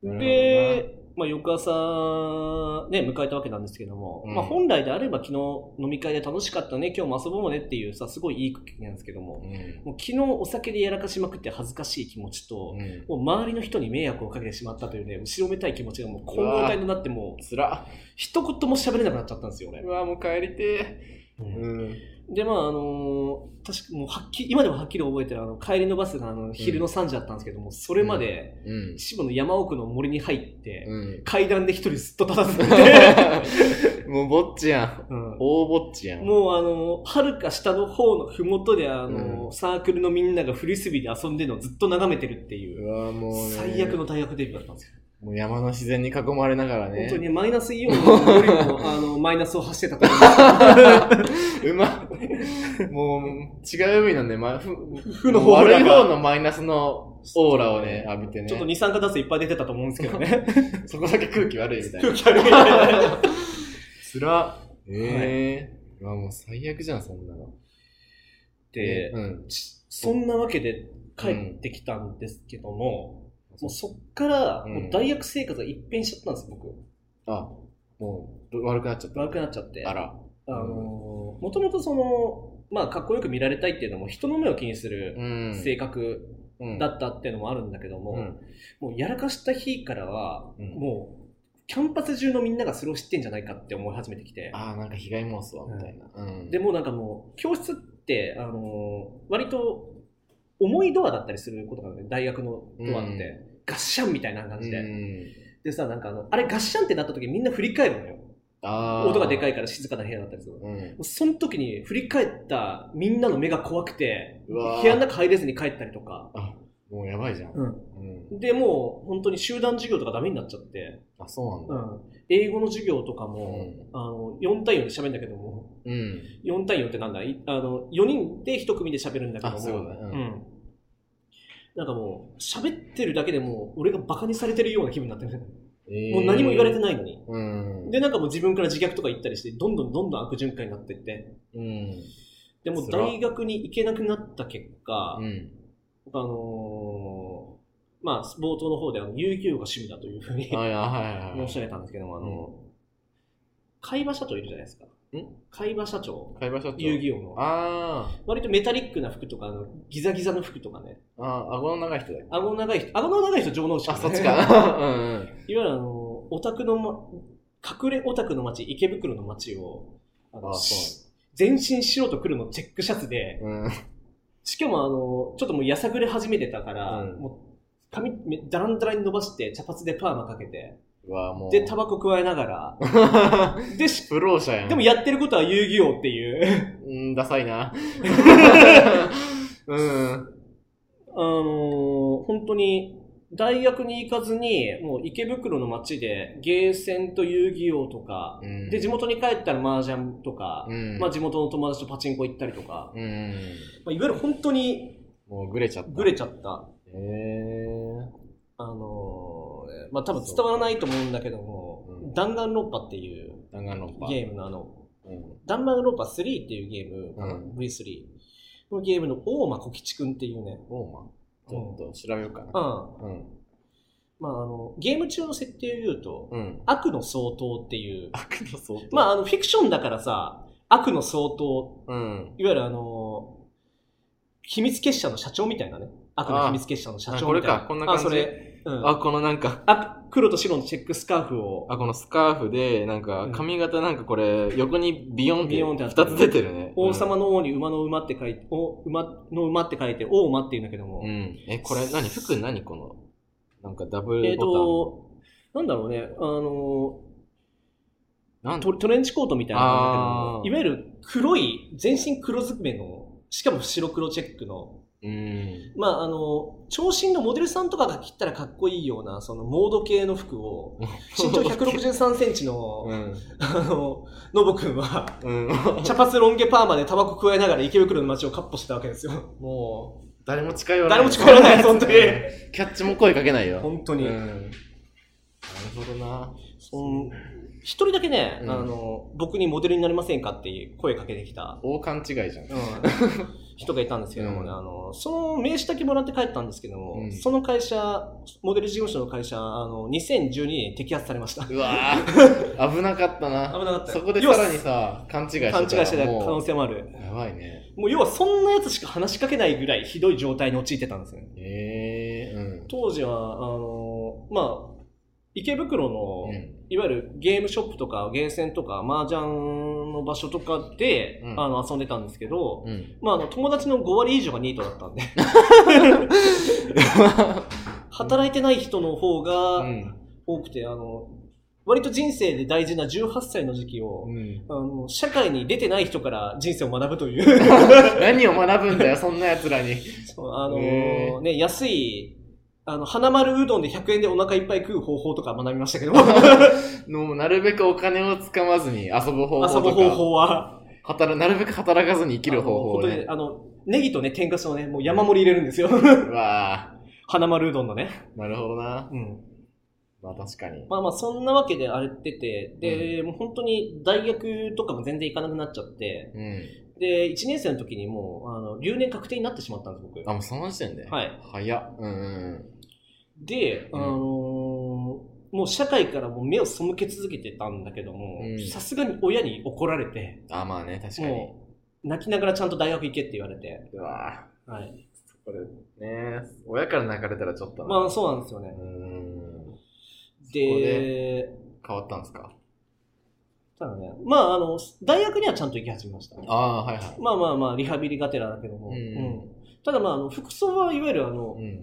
[SPEAKER 1] えー。
[SPEAKER 2] で、まあ、翌朝、ね、迎えたわけなんですけども、
[SPEAKER 1] うん
[SPEAKER 2] まあ、本来であれば昨日飲み会で楽しかったね、今日も遊ぼうねっていうさ、すごいいい空気なんですけど
[SPEAKER 1] な
[SPEAKER 2] も、
[SPEAKER 1] るほどな
[SPEAKER 2] もう昨日お酒でやらかしまくって恥ずかしい気持ちと
[SPEAKER 1] うん。、うん。
[SPEAKER 2] もう周りの人に迷惑をかけてしまったというね、後ろめたい気持ちがもう混合体になってもう、
[SPEAKER 1] つら
[SPEAKER 2] 一言も喋れなくなっちゃったんですよ、俺
[SPEAKER 1] う。わ、もう帰りて
[SPEAKER 2] うん
[SPEAKER 1] ー。うん。
[SPEAKER 2] で、まあ、あのー確かもうはっきり、今でもはっきり覚えてる、あの、帰りのバスがあの昼の3時だったんですけども、それまで、
[SPEAKER 1] うん。
[SPEAKER 2] 秩父の山奥の森に入って、
[SPEAKER 1] うん。
[SPEAKER 2] 階段で一人ずっと立たず
[SPEAKER 1] (laughs)
[SPEAKER 2] て、(laughs)
[SPEAKER 1] もうぼっちやん。
[SPEAKER 2] うん
[SPEAKER 1] 大ぼっちやん。
[SPEAKER 2] もう、あのー、遥か下の方のふもとで、あのー
[SPEAKER 1] うん
[SPEAKER 2] サークルのみんながフリスビーで遊んでるのをずっと眺めてるっていうう、
[SPEAKER 1] わ、もうね。
[SPEAKER 2] 最悪の。大学デビューだったんですよ。
[SPEAKER 1] もう山の自然に囲まれながらね。
[SPEAKER 2] 本当にねマイナスイオンのよりも、あの、マイナスを発してたと思います。
[SPEAKER 1] (laughs) うまもう、違う海のね、ま、ふ、
[SPEAKER 2] 負のオーラが
[SPEAKER 1] 悪い方のマイナスのオーラをね、浴びてね。
[SPEAKER 2] ちょっと二酸化炭素いっぱい出てたと思うんです
[SPEAKER 1] (laughs)
[SPEAKER 2] けどね。
[SPEAKER 1] そこだけ空気悪いみたい
[SPEAKER 2] (laughs)
[SPEAKER 1] な
[SPEAKER 2] 空。気悪いみたいな。
[SPEAKER 1] つら。ええー。うわ、もう最悪じゃん、そんなの。
[SPEAKER 2] で
[SPEAKER 1] うん。
[SPEAKER 2] ちそんなわけで帰ってきたんですけども、もうそっから、
[SPEAKER 1] うん
[SPEAKER 2] もう大学生活が一変しちゃったんです、僕。
[SPEAKER 1] あ、もう、ど悪くなっちゃった。
[SPEAKER 2] 悪くなっちゃって。
[SPEAKER 1] あら。
[SPEAKER 2] あのー、もともとその、まあ、かっこよく見られたいっていうのも、人の目を気にする
[SPEAKER 1] うん。
[SPEAKER 2] 性格
[SPEAKER 1] うん
[SPEAKER 2] だったっていうのもあるんだけども、
[SPEAKER 1] うん。
[SPEAKER 2] もうやらかした日からは、
[SPEAKER 1] うん
[SPEAKER 2] もう、キャンパス中のみんながそれを知ってんじゃないかって思い始めてきて、
[SPEAKER 1] ああ、なんか被害妄想みたいな。うん。
[SPEAKER 2] でもうなんかもう、教室って、あのー割と、重いドアだったりすることがあるね、大学のドアって、
[SPEAKER 1] う
[SPEAKER 2] ガッシャンみたいな感
[SPEAKER 1] う
[SPEAKER 2] じで。
[SPEAKER 1] ん。
[SPEAKER 2] でさ、なんかあの、あれガッシャンってなった時みんな振り返るのよ。
[SPEAKER 1] ああ。
[SPEAKER 2] 音がでか
[SPEAKER 1] い。
[SPEAKER 2] いから静かな部屋だったりするの。
[SPEAKER 1] うん。
[SPEAKER 2] その時に振り返ったみんなの目が怖くて、
[SPEAKER 1] うわー
[SPEAKER 2] 部屋の中入れずに帰ったりとか、
[SPEAKER 1] あ、もうやばいじゃん。
[SPEAKER 2] う
[SPEAKER 1] うん。
[SPEAKER 2] ん。で、もう本当に集団授業とかダメになっちゃって、
[SPEAKER 1] あ、そう
[SPEAKER 2] う
[SPEAKER 1] なんだ。
[SPEAKER 2] ん。英語の授業とか
[SPEAKER 1] う
[SPEAKER 2] も、
[SPEAKER 1] ん。
[SPEAKER 2] あの、4対4で喋るんだけども、
[SPEAKER 1] うん。
[SPEAKER 2] 4対4ってなんだいあの、4人で1組で喋るんだけども、
[SPEAKER 1] あ、そういうこと
[SPEAKER 2] う
[SPEAKER 1] ね。
[SPEAKER 2] ん。なんかもう、喋ってるだけでもう、俺がバカにされてるような気分になってる。
[SPEAKER 1] うん。
[SPEAKER 2] もう何も言われて
[SPEAKER 1] ない。
[SPEAKER 2] ないのに。
[SPEAKER 1] うん。
[SPEAKER 2] で、なんかもう自分から自虐とか言ったりして、どんどんどんどん悪循環になっていって。
[SPEAKER 1] うん。
[SPEAKER 2] でもう大学に行けなくなった結果、
[SPEAKER 1] うん。
[SPEAKER 2] あのーまあ、冒頭の方であの、有給が趣味だというふうに
[SPEAKER 1] はいはいはいはい。
[SPEAKER 2] 申し上げたんですけども、あの、会話社長いるじゃないですか。会話社長。
[SPEAKER 1] 会話社長。
[SPEAKER 2] 遊戯王の。
[SPEAKER 1] あ
[SPEAKER 2] 割とメタリックな服とか、あの、ギザギザの服とかね。
[SPEAKER 1] あ、ああ、顎の長い人だっけ
[SPEAKER 2] 顎の長い人、顎の長い人上納 (laughs) 者、
[SPEAKER 1] あ、そっちか。 (laughs) うんうん。
[SPEAKER 2] いわゆるあの、オタクの、ま、隠れオタクの街、池袋の街を、あの
[SPEAKER 1] あそう
[SPEAKER 2] し全身白と黒のチェックシャツで、
[SPEAKER 1] うん。
[SPEAKER 2] しかもあの、ちょっともうやさぐれ始めてたから、
[SPEAKER 1] うん
[SPEAKER 2] もう髪めだらんだらに伸ばして、茶髪でパーマかけて、
[SPEAKER 1] うわ、もう。
[SPEAKER 2] で、タバコ加えな
[SPEAKER 1] (laughs)
[SPEAKER 2] がら、で、し
[SPEAKER 1] 不老者やん。
[SPEAKER 2] でもやってることは遊戯王っていう、 (laughs)
[SPEAKER 1] うん、ダサいな。うん。
[SPEAKER 2] あの、本当に、大学に行かずに、もう池袋の街で、ゲーセンと遊戯王とか、
[SPEAKER 1] うん
[SPEAKER 2] で、地元に帰ったら麻雀とか、
[SPEAKER 1] うん。
[SPEAKER 2] まあ、地元の友達とパチンコ行ったりとか、
[SPEAKER 1] うん。
[SPEAKER 2] まあ、いわゆる本当に
[SPEAKER 1] もうグレちゃった。
[SPEAKER 2] グレちゃった、
[SPEAKER 1] へえ。
[SPEAKER 2] あのーまあ、多分伝わらないと思うんだけども、
[SPEAKER 1] うん
[SPEAKER 2] 弾丸論破っていう
[SPEAKER 1] 弾丸論破。
[SPEAKER 2] ゲームのあの、
[SPEAKER 1] うん。
[SPEAKER 2] 弾丸論破3っていうゲーム、
[SPEAKER 1] うん
[SPEAKER 2] あの V3 のゲームの大間小吉くんっていうね、
[SPEAKER 1] オーマンちょっと調べようか
[SPEAKER 2] うん
[SPEAKER 1] な。うん。
[SPEAKER 2] まあ、あのゲーム中の設定を言うと、
[SPEAKER 1] うん。
[SPEAKER 2] 悪の相当っていう、
[SPEAKER 1] 悪の相当。
[SPEAKER 2] まあ、あのフィクションだからさ、悪の相当、
[SPEAKER 1] うん。
[SPEAKER 2] いわゆるあのー秘密結社の社長みたいなね。悪の秘密結社の社
[SPEAKER 1] あ
[SPEAKER 2] 長
[SPEAKER 1] こ
[SPEAKER 2] み
[SPEAKER 1] れ
[SPEAKER 2] たいな。
[SPEAKER 1] か、こんな感じ。
[SPEAKER 2] あ、それ。うん、
[SPEAKER 1] あ、このなんか、
[SPEAKER 2] あ黒と白のチェックスカーフを、
[SPEAKER 1] あ、このスカーフで、なんか
[SPEAKER 2] うん、
[SPEAKER 1] 髪型なんかこれ、横にビヨンって、
[SPEAKER 2] ビヨンってあって
[SPEAKER 1] 二つ出てるね。
[SPEAKER 2] 王様の王に馬の馬って書いて、お馬の馬って書いて、王馬って言うんだけども、
[SPEAKER 1] うん。うん。え、これ何服何この、なんかダブルボタン。
[SPEAKER 2] えっ、と、なんだろうね、あの
[SPEAKER 1] なん
[SPEAKER 2] ト、トレンチコートみたいな感じだけども
[SPEAKER 1] あ、ー
[SPEAKER 2] いわゆる黒い、全身黒ずくめの、しかも白黒チェックの、
[SPEAKER 1] うん。
[SPEAKER 2] まあ、あの、長身のモデルさんとかが切ったらかっこいいような、そのモード系の服を、身長163センチの、
[SPEAKER 1] うん。
[SPEAKER 2] あの、ノボ君は、
[SPEAKER 1] うん。
[SPEAKER 2] 茶髪ロン毛パーマでタバコ加えながら池袋の街をかっ歩してたわけですよ。 (laughs) も
[SPEAKER 1] 誰も近寄
[SPEAKER 2] う、
[SPEAKER 1] らない。
[SPEAKER 2] 誰も近寄らない、本当に。
[SPEAKER 1] キャッチも声かけないよ。
[SPEAKER 2] 本当
[SPEAKER 1] う
[SPEAKER 2] に。
[SPEAKER 1] ん。なるほどな。
[SPEAKER 2] その一人だけね、
[SPEAKER 1] うん
[SPEAKER 2] あの、僕にモデルになりませんかっていう声かけてきた、
[SPEAKER 1] 大勘違いじゃん。
[SPEAKER 2] うん人がいたんですけどもね、
[SPEAKER 1] うん
[SPEAKER 2] あの、その名刺だけもらって帰ったんですけども、
[SPEAKER 1] うん
[SPEAKER 2] その会社、モデル事務所の会社、あの、2012年に摘発されました。危
[SPEAKER 1] うわぁ、危なかった
[SPEAKER 2] な
[SPEAKER 1] な。
[SPEAKER 2] かったよ
[SPEAKER 1] そこでさらにさ、勘違いして
[SPEAKER 2] 要
[SPEAKER 1] た
[SPEAKER 2] は
[SPEAKER 1] ら
[SPEAKER 2] 勘違いしてた可
[SPEAKER 1] も
[SPEAKER 2] 能性もある。
[SPEAKER 1] うやばいね。
[SPEAKER 2] もう要はそんなやつしか話しかけないぐらいひどい状態に陥ってたんですね。
[SPEAKER 1] ええー、
[SPEAKER 2] 当時は、あのまあ、池袋の、
[SPEAKER 1] うん。うん
[SPEAKER 2] いわゆるゲームショップとか、ゲーセンとか、麻雀の場所とかで、
[SPEAKER 1] うん
[SPEAKER 2] あの、遊んでたんですけど、
[SPEAKER 1] うん。
[SPEAKER 2] まあ、あの、友達の5割以上がニートだった
[SPEAKER 1] (laughs)
[SPEAKER 2] んで、働いてない人の方
[SPEAKER 1] う
[SPEAKER 2] が
[SPEAKER 1] ん。
[SPEAKER 2] 多くて、あの、割と人生で大事な18歳の時期を、
[SPEAKER 1] うん
[SPEAKER 2] あの、社会に出てない人から人生を学ぶ
[SPEAKER 1] (laughs)
[SPEAKER 2] という、
[SPEAKER 1] 何を学ぶんだよ、そんな奴らに。
[SPEAKER 2] そうあ
[SPEAKER 1] へ
[SPEAKER 2] の、ね、安い、あの、花丸うどんで100円でお腹いっぱい食う方法とか学びました
[SPEAKER 1] (laughs)
[SPEAKER 2] けど、
[SPEAKER 1] もうなるべくお金をつかまずに遊ぶ方法と
[SPEAKER 2] 遊
[SPEAKER 1] か
[SPEAKER 2] ぶ方法は、
[SPEAKER 1] 働なるべく働かずに生きる方法ね。
[SPEAKER 2] あの本当にあの、ネギとね、天かすをね、もう山盛り入れるんですよ。 (laughs)
[SPEAKER 1] うわ
[SPEAKER 2] 花丸うどんのね。
[SPEAKER 1] ぁ、なるほどな。
[SPEAKER 2] うん。
[SPEAKER 1] まあ確かに。
[SPEAKER 2] まあまあ、そんなわけであれってて、で、もう本当に大学とかも全然行かなくなっちゃって、
[SPEAKER 1] うん。
[SPEAKER 2] で、1年生の時にもう、あの、留年確定になってしまったんです、僕。
[SPEAKER 1] あ、もうその時点で。
[SPEAKER 2] はい。
[SPEAKER 1] 早っ。うんうん
[SPEAKER 2] で、あ
[SPEAKER 1] うん
[SPEAKER 2] のーもう社会からもう目を背け続けてたんだけども
[SPEAKER 1] うん、
[SPEAKER 2] さすがに親に怒られて、
[SPEAKER 1] うん。あ、まあね、確かに。
[SPEAKER 2] もう、泣きながらちゃんと大学行けって言われて、
[SPEAKER 1] うわぁ。
[SPEAKER 2] はい。
[SPEAKER 1] これね、親から泣かれたらちょっとな。
[SPEAKER 2] まあ、そうなんですよね
[SPEAKER 1] う。ん。
[SPEAKER 2] で、
[SPEAKER 1] 変わったんですか
[SPEAKER 2] ただね、まあ、あの、大学にはちゃんと行き始めました。
[SPEAKER 1] ああ、はいはい。
[SPEAKER 2] まあまあまあ、リハビリがてらだけども。
[SPEAKER 1] うん
[SPEAKER 2] うんただまあ、あの服装はいわゆるあの、
[SPEAKER 1] うん。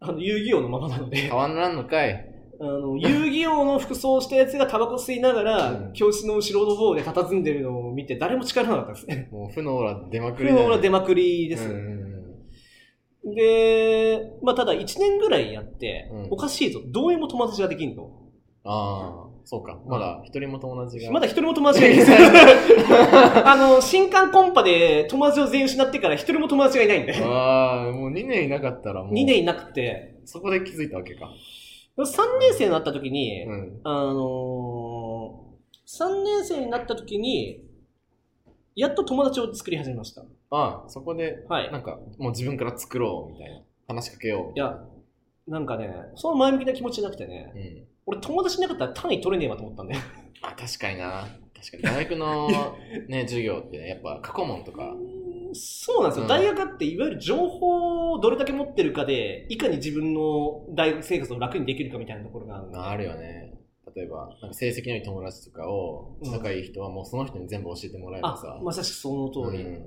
[SPEAKER 2] あの遊戯王のままなので、
[SPEAKER 1] 変わらんのかい。
[SPEAKER 2] あの、遊戯王の服装をしたやつがタバコ吸いながら、
[SPEAKER 1] うん
[SPEAKER 2] 教室の後ろの方で佇んでるのを見
[SPEAKER 1] (laughs)
[SPEAKER 2] て、誰も力なかったですね。
[SPEAKER 1] もう負のオーラ出まく
[SPEAKER 2] こ
[SPEAKER 1] り
[SPEAKER 2] れ
[SPEAKER 1] だよ
[SPEAKER 2] は出まくりです
[SPEAKER 1] う
[SPEAKER 2] よ、
[SPEAKER 1] ん
[SPEAKER 2] で、まあただ1年ぐらいやって、
[SPEAKER 1] うん
[SPEAKER 2] おかしいぞ。どうにも友達ができんと。
[SPEAKER 1] ああ、そうか。まだ一人も友達が。
[SPEAKER 2] まだ一人も友達がいない。あの、新刊コンパで友達を全員失ってから一人も友達がいないんで。
[SPEAKER 1] (laughs) ああ、もう2年いなかったらもう。
[SPEAKER 2] 2年いなくて。
[SPEAKER 1] そこで気づいたわけか。
[SPEAKER 2] 3年生になった時に、
[SPEAKER 1] うん。
[SPEAKER 2] あのー、3年生になった時に、やっと友達を作り始めました。
[SPEAKER 1] ああ、そこで、
[SPEAKER 2] はい。
[SPEAKER 1] なんか、もう自分から作ろうみたいな。話しかけようみ
[SPEAKER 2] い
[SPEAKER 1] たい
[SPEAKER 2] や、なんかね、その前向きな気持ちじゃなくて
[SPEAKER 1] な。
[SPEAKER 2] ね、
[SPEAKER 1] うん。
[SPEAKER 2] 俺友達いなかったら単位取れねえわと思ったんだよ。
[SPEAKER 1] あ、確かにな。確かに。大学の
[SPEAKER 2] (laughs)
[SPEAKER 1] ね、授業ってね、やっぱ過去問とか。
[SPEAKER 2] そうなんですよ、
[SPEAKER 1] うん
[SPEAKER 2] 大学っていわゆる情報をどれだけ持ってるかで、いかに自分の大学生活を楽にできるかみたいなところがあるんだ。
[SPEAKER 1] あるよね。例えば、なんか成績のいい友達とかを、
[SPEAKER 2] うん
[SPEAKER 1] 仲いい人はもうその人に全部教えてもらえばさ
[SPEAKER 2] あ。まさしくその通り。
[SPEAKER 1] うん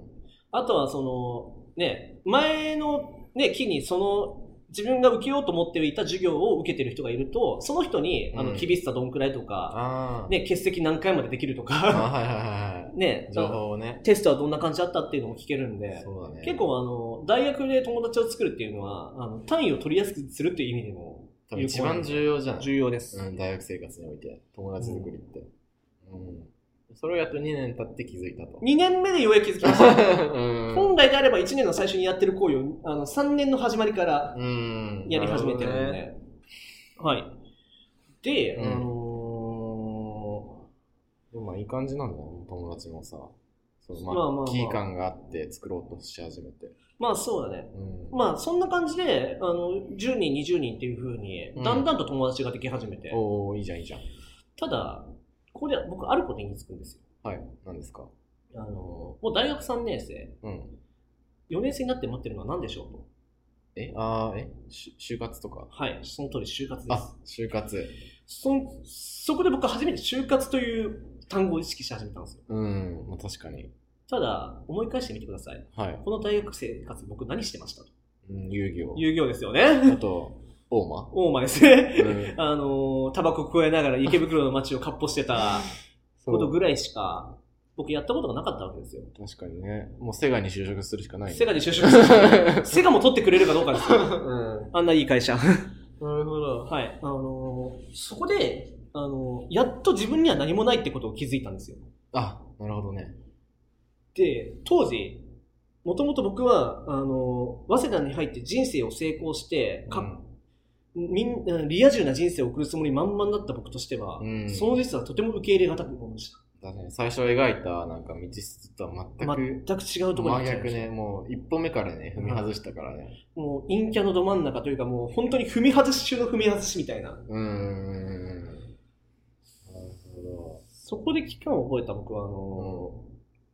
[SPEAKER 2] あとはその、ね、前の、ね、期にその、自分が受けようと思っていた授業を受けてる人がいると、その人に、あ
[SPEAKER 1] う
[SPEAKER 2] の、
[SPEAKER 1] ん
[SPEAKER 2] 厳しさどんくらいとか、
[SPEAKER 1] ああ。
[SPEAKER 2] ね、欠席何回までできると
[SPEAKER 1] あ
[SPEAKER 2] か、
[SPEAKER 1] はいはいはいは
[SPEAKER 2] (laughs) ね
[SPEAKER 1] い。、情報をね。
[SPEAKER 2] テストはどんな感じだったっていうのも聞けるんで、
[SPEAKER 1] そうだね。
[SPEAKER 2] 結、構あの、大学で友達を作るっていうのは、あの、単位を取りやすくするっていう意味でも
[SPEAKER 1] 多分一番重要じゃない
[SPEAKER 2] 重要です。
[SPEAKER 1] うん、大学生活において、友達作りって。うん。それをやっと2年経って気づいたと。
[SPEAKER 2] 2年目でようやく気づきました。
[SPEAKER 1] (laughs) うん。
[SPEAKER 2] 本来であれば1年の最初にやってる行為を、あの、3年の始まりから
[SPEAKER 1] うん。
[SPEAKER 2] やり始めてるんで。
[SPEAKER 1] なる
[SPEAKER 2] はい。で、
[SPEAKER 1] うん
[SPEAKER 2] あ
[SPEAKER 1] ほ
[SPEAKER 2] の
[SPEAKER 1] どね。まあいい感じなんだよ、友達もさ。そのまあ、
[SPEAKER 2] まあまあまあ
[SPEAKER 1] キー感があって作ろうとし始めて。
[SPEAKER 2] ーまあそうだね。
[SPEAKER 1] うん。
[SPEAKER 2] まあそんな感じで、あの、10人、20人っていう風に
[SPEAKER 1] う、ん
[SPEAKER 2] だんだんと友達ができ始めて、
[SPEAKER 1] おおいいじゃん、いいじゃん。
[SPEAKER 2] ただ、ここで僕あることに気づくんですよ。
[SPEAKER 1] はい。何ですか
[SPEAKER 2] あの、もう大学3年生、
[SPEAKER 1] うん。
[SPEAKER 2] 4年生になって待ってるのは何でしょうと。
[SPEAKER 1] えああ、えし就活とか
[SPEAKER 2] はい、その通り就活で
[SPEAKER 1] あ
[SPEAKER 2] す。、
[SPEAKER 1] 就活。
[SPEAKER 2] そんそこで僕初めて就活という単語を意識し始めたんですよ。
[SPEAKER 1] うん。まあ確かに。
[SPEAKER 2] ただ、思い返してみてください。
[SPEAKER 1] はい。
[SPEAKER 2] この大学生活僕何してました
[SPEAKER 1] うん、遊戯
[SPEAKER 2] 遊戯王ですよね。
[SPEAKER 1] 王。あと、大間。
[SPEAKER 2] 大間ですね。 (laughs)
[SPEAKER 1] うん。
[SPEAKER 2] あのー、タバコ加えながら池袋の街を割歩してた
[SPEAKER 1] そ
[SPEAKER 2] こと
[SPEAKER 1] う。
[SPEAKER 2] ぐらいしか、僕やったことがなかったわけですよ。
[SPEAKER 1] 確かにね。もうセガに就職するしかない、
[SPEAKER 2] セガで就職
[SPEAKER 1] (laughs)
[SPEAKER 2] して、セガも取ってくれるかどうかですよ。
[SPEAKER 1] うん。
[SPEAKER 2] あんないい会社。は
[SPEAKER 1] (laughs) なるほど。
[SPEAKER 2] い。あのー、そこで、あのー、やっと自分には何もないってことを気づいたんですよ。
[SPEAKER 1] あ、なるほどね。
[SPEAKER 2] で、当時、もともと僕は、あの、早稲田に入って人生を成功して、かみんリア充な人生を送るつもり満々だった僕としては、
[SPEAKER 1] うん
[SPEAKER 2] その実はとても受け入れがたく思いました。
[SPEAKER 1] だね、最初描いたなんか道筋とは全く
[SPEAKER 2] 全く違うところ
[SPEAKER 1] 真
[SPEAKER 2] に来ちゃいま
[SPEAKER 1] 逆
[SPEAKER 2] した
[SPEAKER 1] ね、もう一歩目からね、踏み外したからね。
[SPEAKER 2] もう陰キャのど真ん中というか、もう本当に踏み外し中の踏み外しみたいな。
[SPEAKER 1] うーん。なるほ
[SPEAKER 2] そこで期間を覚えた僕は、あの、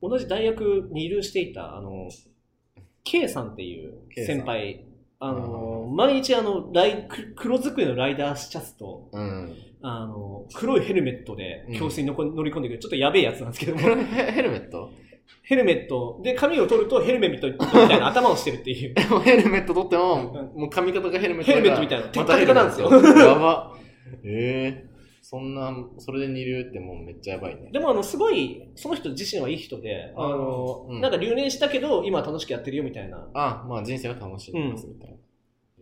[SPEAKER 2] 同じ大学に留していた、あの、K さんっていう
[SPEAKER 1] K さん
[SPEAKER 2] 先輩、あの、毎日あの、ライく黒机のライダーシャツと、
[SPEAKER 1] ど。うん。
[SPEAKER 2] あの、黒いヘルメットで
[SPEAKER 1] うん
[SPEAKER 2] 教室にのこ乗り込んでくる、ちょっとやべえやつなんですけど
[SPEAKER 1] こ
[SPEAKER 2] も、
[SPEAKER 1] れヘヘルメット (laughs)
[SPEAKER 2] ヘルメットで髪を取るとヘルメットみたいな頭をしてるっていう。
[SPEAKER 1] でもヘルメット取っても、もう髪型がヘルメットだから
[SPEAKER 2] ヘルメットみたいな
[SPEAKER 1] またヘルメット
[SPEAKER 2] テッカテ
[SPEAKER 1] やば。ええそんな、それで二流ってもうめっちゃやばいね。
[SPEAKER 2] でも、あの、すごい、その人自身はいい人で、あの、
[SPEAKER 1] うん
[SPEAKER 2] なんか留年したけど、今は楽しくやってるよみたいな。
[SPEAKER 1] あ、まあ人生は楽しんでますみたいな。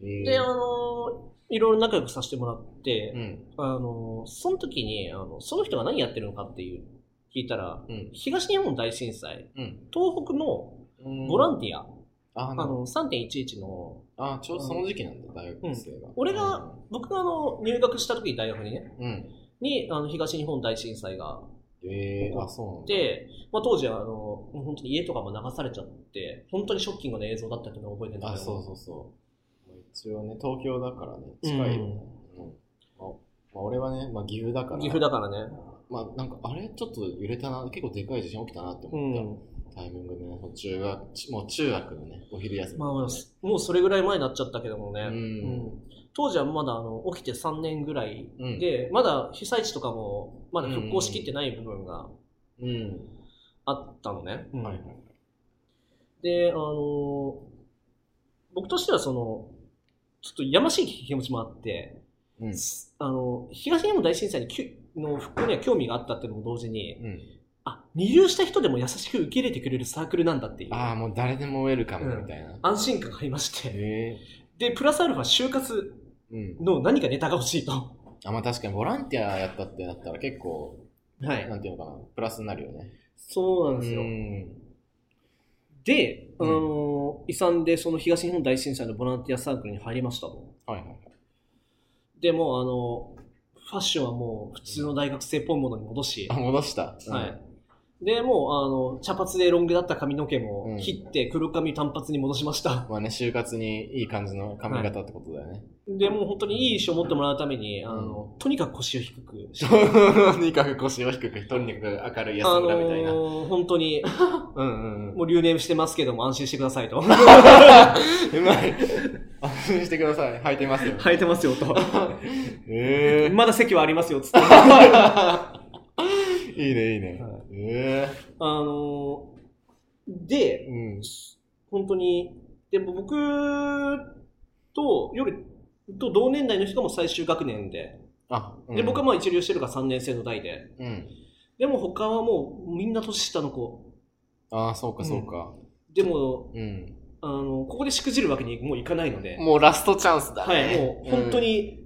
[SPEAKER 1] ええ
[SPEAKER 2] で、あの、いろいろ仲良くさせてもらって、
[SPEAKER 1] うん。
[SPEAKER 2] あの、その時に、あの、その人が何やってるのかっていう、聞いたら、
[SPEAKER 1] うん。
[SPEAKER 2] 東日本大震災、
[SPEAKER 1] うん。
[SPEAKER 2] 東北の
[SPEAKER 1] うん
[SPEAKER 2] ボランティア、
[SPEAKER 1] あ、
[SPEAKER 2] あ
[SPEAKER 1] なるほど
[SPEAKER 2] の、3.11の、
[SPEAKER 1] あ、ちょうどその時期なんだ、大学生が。
[SPEAKER 2] 俺が、僕があの、入学した時に大学にね、
[SPEAKER 1] うん。
[SPEAKER 2] にあの東日本大震災があっ
[SPEAKER 1] ええあ、そうなんだ。
[SPEAKER 2] て、まあ、当時はあのもう本当に家とかも流されちゃって本当にショッキングな映像だったっていうのを覚えてるんだけ
[SPEAKER 1] あ、
[SPEAKER 2] ど
[SPEAKER 1] そうそうそう。まあ一応ね、東京だからね、近いよね。うん。まあまあ、俺はね、まあ、岐阜だから。
[SPEAKER 2] 岐阜だからね、
[SPEAKER 1] まあ、なんか、あれちょっと揺れたな、結構でかい地震起きたなって
[SPEAKER 2] う
[SPEAKER 1] 思った、
[SPEAKER 2] ん
[SPEAKER 1] タイミングでね、その中学、ちもう中学のね、お昼休み、
[SPEAKER 2] まあ、もうそれぐらい前になっちゃったけどもね、
[SPEAKER 1] うん
[SPEAKER 2] ん当時はまだあの起きて3年ぐらい
[SPEAKER 1] うん。
[SPEAKER 2] でまだ被災地とかもまだ復興しきってない部分が
[SPEAKER 1] うん。
[SPEAKER 2] あったのね、
[SPEAKER 1] はいはい。
[SPEAKER 2] であの僕としてはそのちょっとやましい気持ちもあって、
[SPEAKER 1] うん。
[SPEAKER 2] あの東日本大震災にきゅの復興には興味があったっていうのも同時に
[SPEAKER 1] うん。
[SPEAKER 2] あ、二流した人でも優しく受け入れてくれるサークルなんだっていう。
[SPEAKER 1] ああ、もう誰でもウェルカムみたいな。
[SPEAKER 2] 安心感がありまして。
[SPEAKER 1] へえ。
[SPEAKER 2] で、プラスアルファ就活
[SPEAKER 1] うん。
[SPEAKER 2] の何かネタが欲しいと。は
[SPEAKER 1] あ、まあ確かにボランティアやったってなったら結構、
[SPEAKER 2] い。
[SPEAKER 1] なんていうのかな、プラスになるよね。
[SPEAKER 2] そうな
[SPEAKER 1] う
[SPEAKER 2] んですよ。
[SPEAKER 1] ん。
[SPEAKER 2] で、あ
[SPEAKER 1] うん
[SPEAKER 2] のー、遺産でその東日本大震災のボランティアサークルに入りましたと。
[SPEAKER 1] はいはい。
[SPEAKER 2] でも、あのー、ファッションはもう普通の大学生っぽいものに戻し
[SPEAKER 1] あ、、戻した。
[SPEAKER 2] は。い。で、もう、あの、茶髪でロン毛だった髪の毛
[SPEAKER 1] う
[SPEAKER 2] も
[SPEAKER 1] ん
[SPEAKER 2] 切って黒髪単髪に戻しました。
[SPEAKER 1] まあね、就活にいい感じの髪型ってことだよ (laughs) ね。
[SPEAKER 2] で、もう本当にいい衣装を持ってもらうために、あの、とにかく腰を低くして、
[SPEAKER 1] とにかく腰を低く、とにかく明るい
[SPEAKER 2] あ
[SPEAKER 1] 安
[SPEAKER 2] の
[SPEAKER 1] 村みたいな。
[SPEAKER 2] ー、本当に、
[SPEAKER 1] うんうんうん。
[SPEAKER 2] もう留年してますけども安心してくださいと。
[SPEAKER 1] うまい。安心してください。履いてますよ。
[SPEAKER 2] 生えてますよ (laughs) と。
[SPEAKER 1] ええ
[SPEAKER 2] まだ席はありますよ、つって。あ
[SPEAKER 1] ー。いいね、いいね。え
[SPEAKER 2] のー、
[SPEAKER 1] え
[SPEAKER 2] で、
[SPEAKER 1] うん。
[SPEAKER 2] 本当に、で、僕と、夜、と同年代の人がもう最終学年で、
[SPEAKER 1] あ、うん
[SPEAKER 2] で、僕はまあ一流してるから3年生の代で、
[SPEAKER 1] うん。
[SPEAKER 2] でも他はもうみんな年下の子。
[SPEAKER 1] ああ、そうか、そうか。
[SPEAKER 2] でも、
[SPEAKER 1] うん。
[SPEAKER 2] あの、ここでしくじるわけにもういかないので、
[SPEAKER 1] もうラストチャンスだね。
[SPEAKER 2] はい、もう本当に、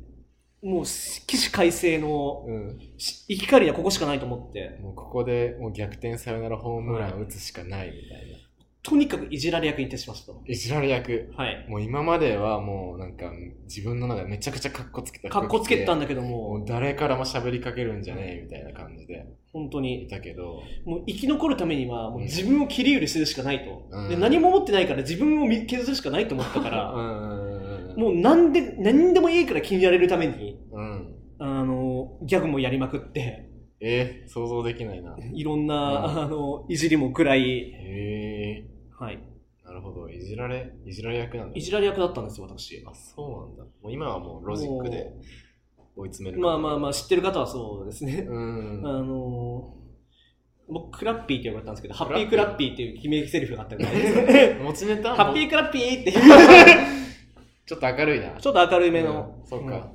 [SPEAKER 2] もう起死回生の
[SPEAKER 1] うん。うん。
[SPEAKER 2] し生き返りはここしかないと思って、
[SPEAKER 1] もうここでもう逆転サヨナラホームラン打つしかないみたいな。
[SPEAKER 2] とにかくいじられ役に徹しましたと。
[SPEAKER 1] いじられ役。
[SPEAKER 2] はい。
[SPEAKER 1] もう今まではもうなんか自分の中でめちゃくちゃ格好つけた
[SPEAKER 2] かっこつけてたん
[SPEAKER 1] だ
[SPEAKER 2] だけど
[SPEAKER 1] もう
[SPEAKER 2] も、
[SPEAKER 1] 誰からも喋りかけるんじゃねえみたいな感じで
[SPEAKER 2] 本当
[SPEAKER 1] い
[SPEAKER 2] に、
[SPEAKER 1] たけど、
[SPEAKER 2] もう生き残るためには、もううん自分を切り売りするしかないと。
[SPEAKER 1] うん
[SPEAKER 2] で、何も持ってないから自分を見削るしかないと思ったか
[SPEAKER 1] う
[SPEAKER 2] ら、
[SPEAKER 1] ん
[SPEAKER 2] もう何で、何でもいいから気に入られるために、
[SPEAKER 1] う、うん。
[SPEAKER 2] あの、ギャグもやりまくって、
[SPEAKER 1] えー、想像できないな。
[SPEAKER 2] いろんな、
[SPEAKER 1] うん
[SPEAKER 2] あの、いじりもくらい、
[SPEAKER 1] へえ
[SPEAKER 2] はい。
[SPEAKER 1] ー、なるほど。いじられ、いじられ役なんだ。
[SPEAKER 2] いじられ役だったんですよ、私。
[SPEAKER 1] あ、そうなんだ。もう今はもうロジックで追い詰める。
[SPEAKER 2] まあまあまあ、知ってる方はそうですね。
[SPEAKER 1] うん。
[SPEAKER 2] あのー、僕、クラッピーって呼ばれたんですけど、ハッピークラッピーっていう決めセリフがあったんで、
[SPEAKER 1] 持ちネタ
[SPEAKER 2] (laughs) ハッピークラッピーっていう、
[SPEAKER 1] ちょっと明るいな。
[SPEAKER 2] ちょっと明るめの、
[SPEAKER 1] うんそうか。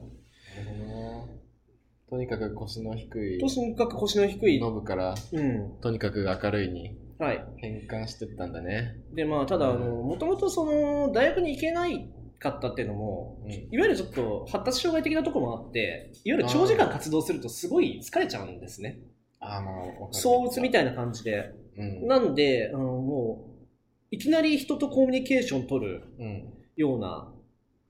[SPEAKER 1] とにかく腰の低い
[SPEAKER 2] とにかく腰の低い、
[SPEAKER 1] ノブから
[SPEAKER 2] うん、
[SPEAKER 1] とにかく明るいに
[SPEAKER 2] はい。
[SPEAKER 1] 変換してったんだね。
[SPEAKER 2] で、まあ、ただ、あの、もともとその、大学に行けないかったっていうのも、
[SPEAKER 1] うん
[SPEAKER 2] いわゆるちょっと発達障害的なところもあって、いわゆる長時間活動するとすごい疲れちゃうんですね。
[SPEAKER 1] ああ、まあ、わかる
[SPEAKER 2] 相打つみたいな感じで。
[SPEAKER 1] うん。
[SPEAKER 2] なんで、あのもう、いきなり人とコミュニケーション取る
[SPEAKER 1] うん。
[SPEAKER 2] ような、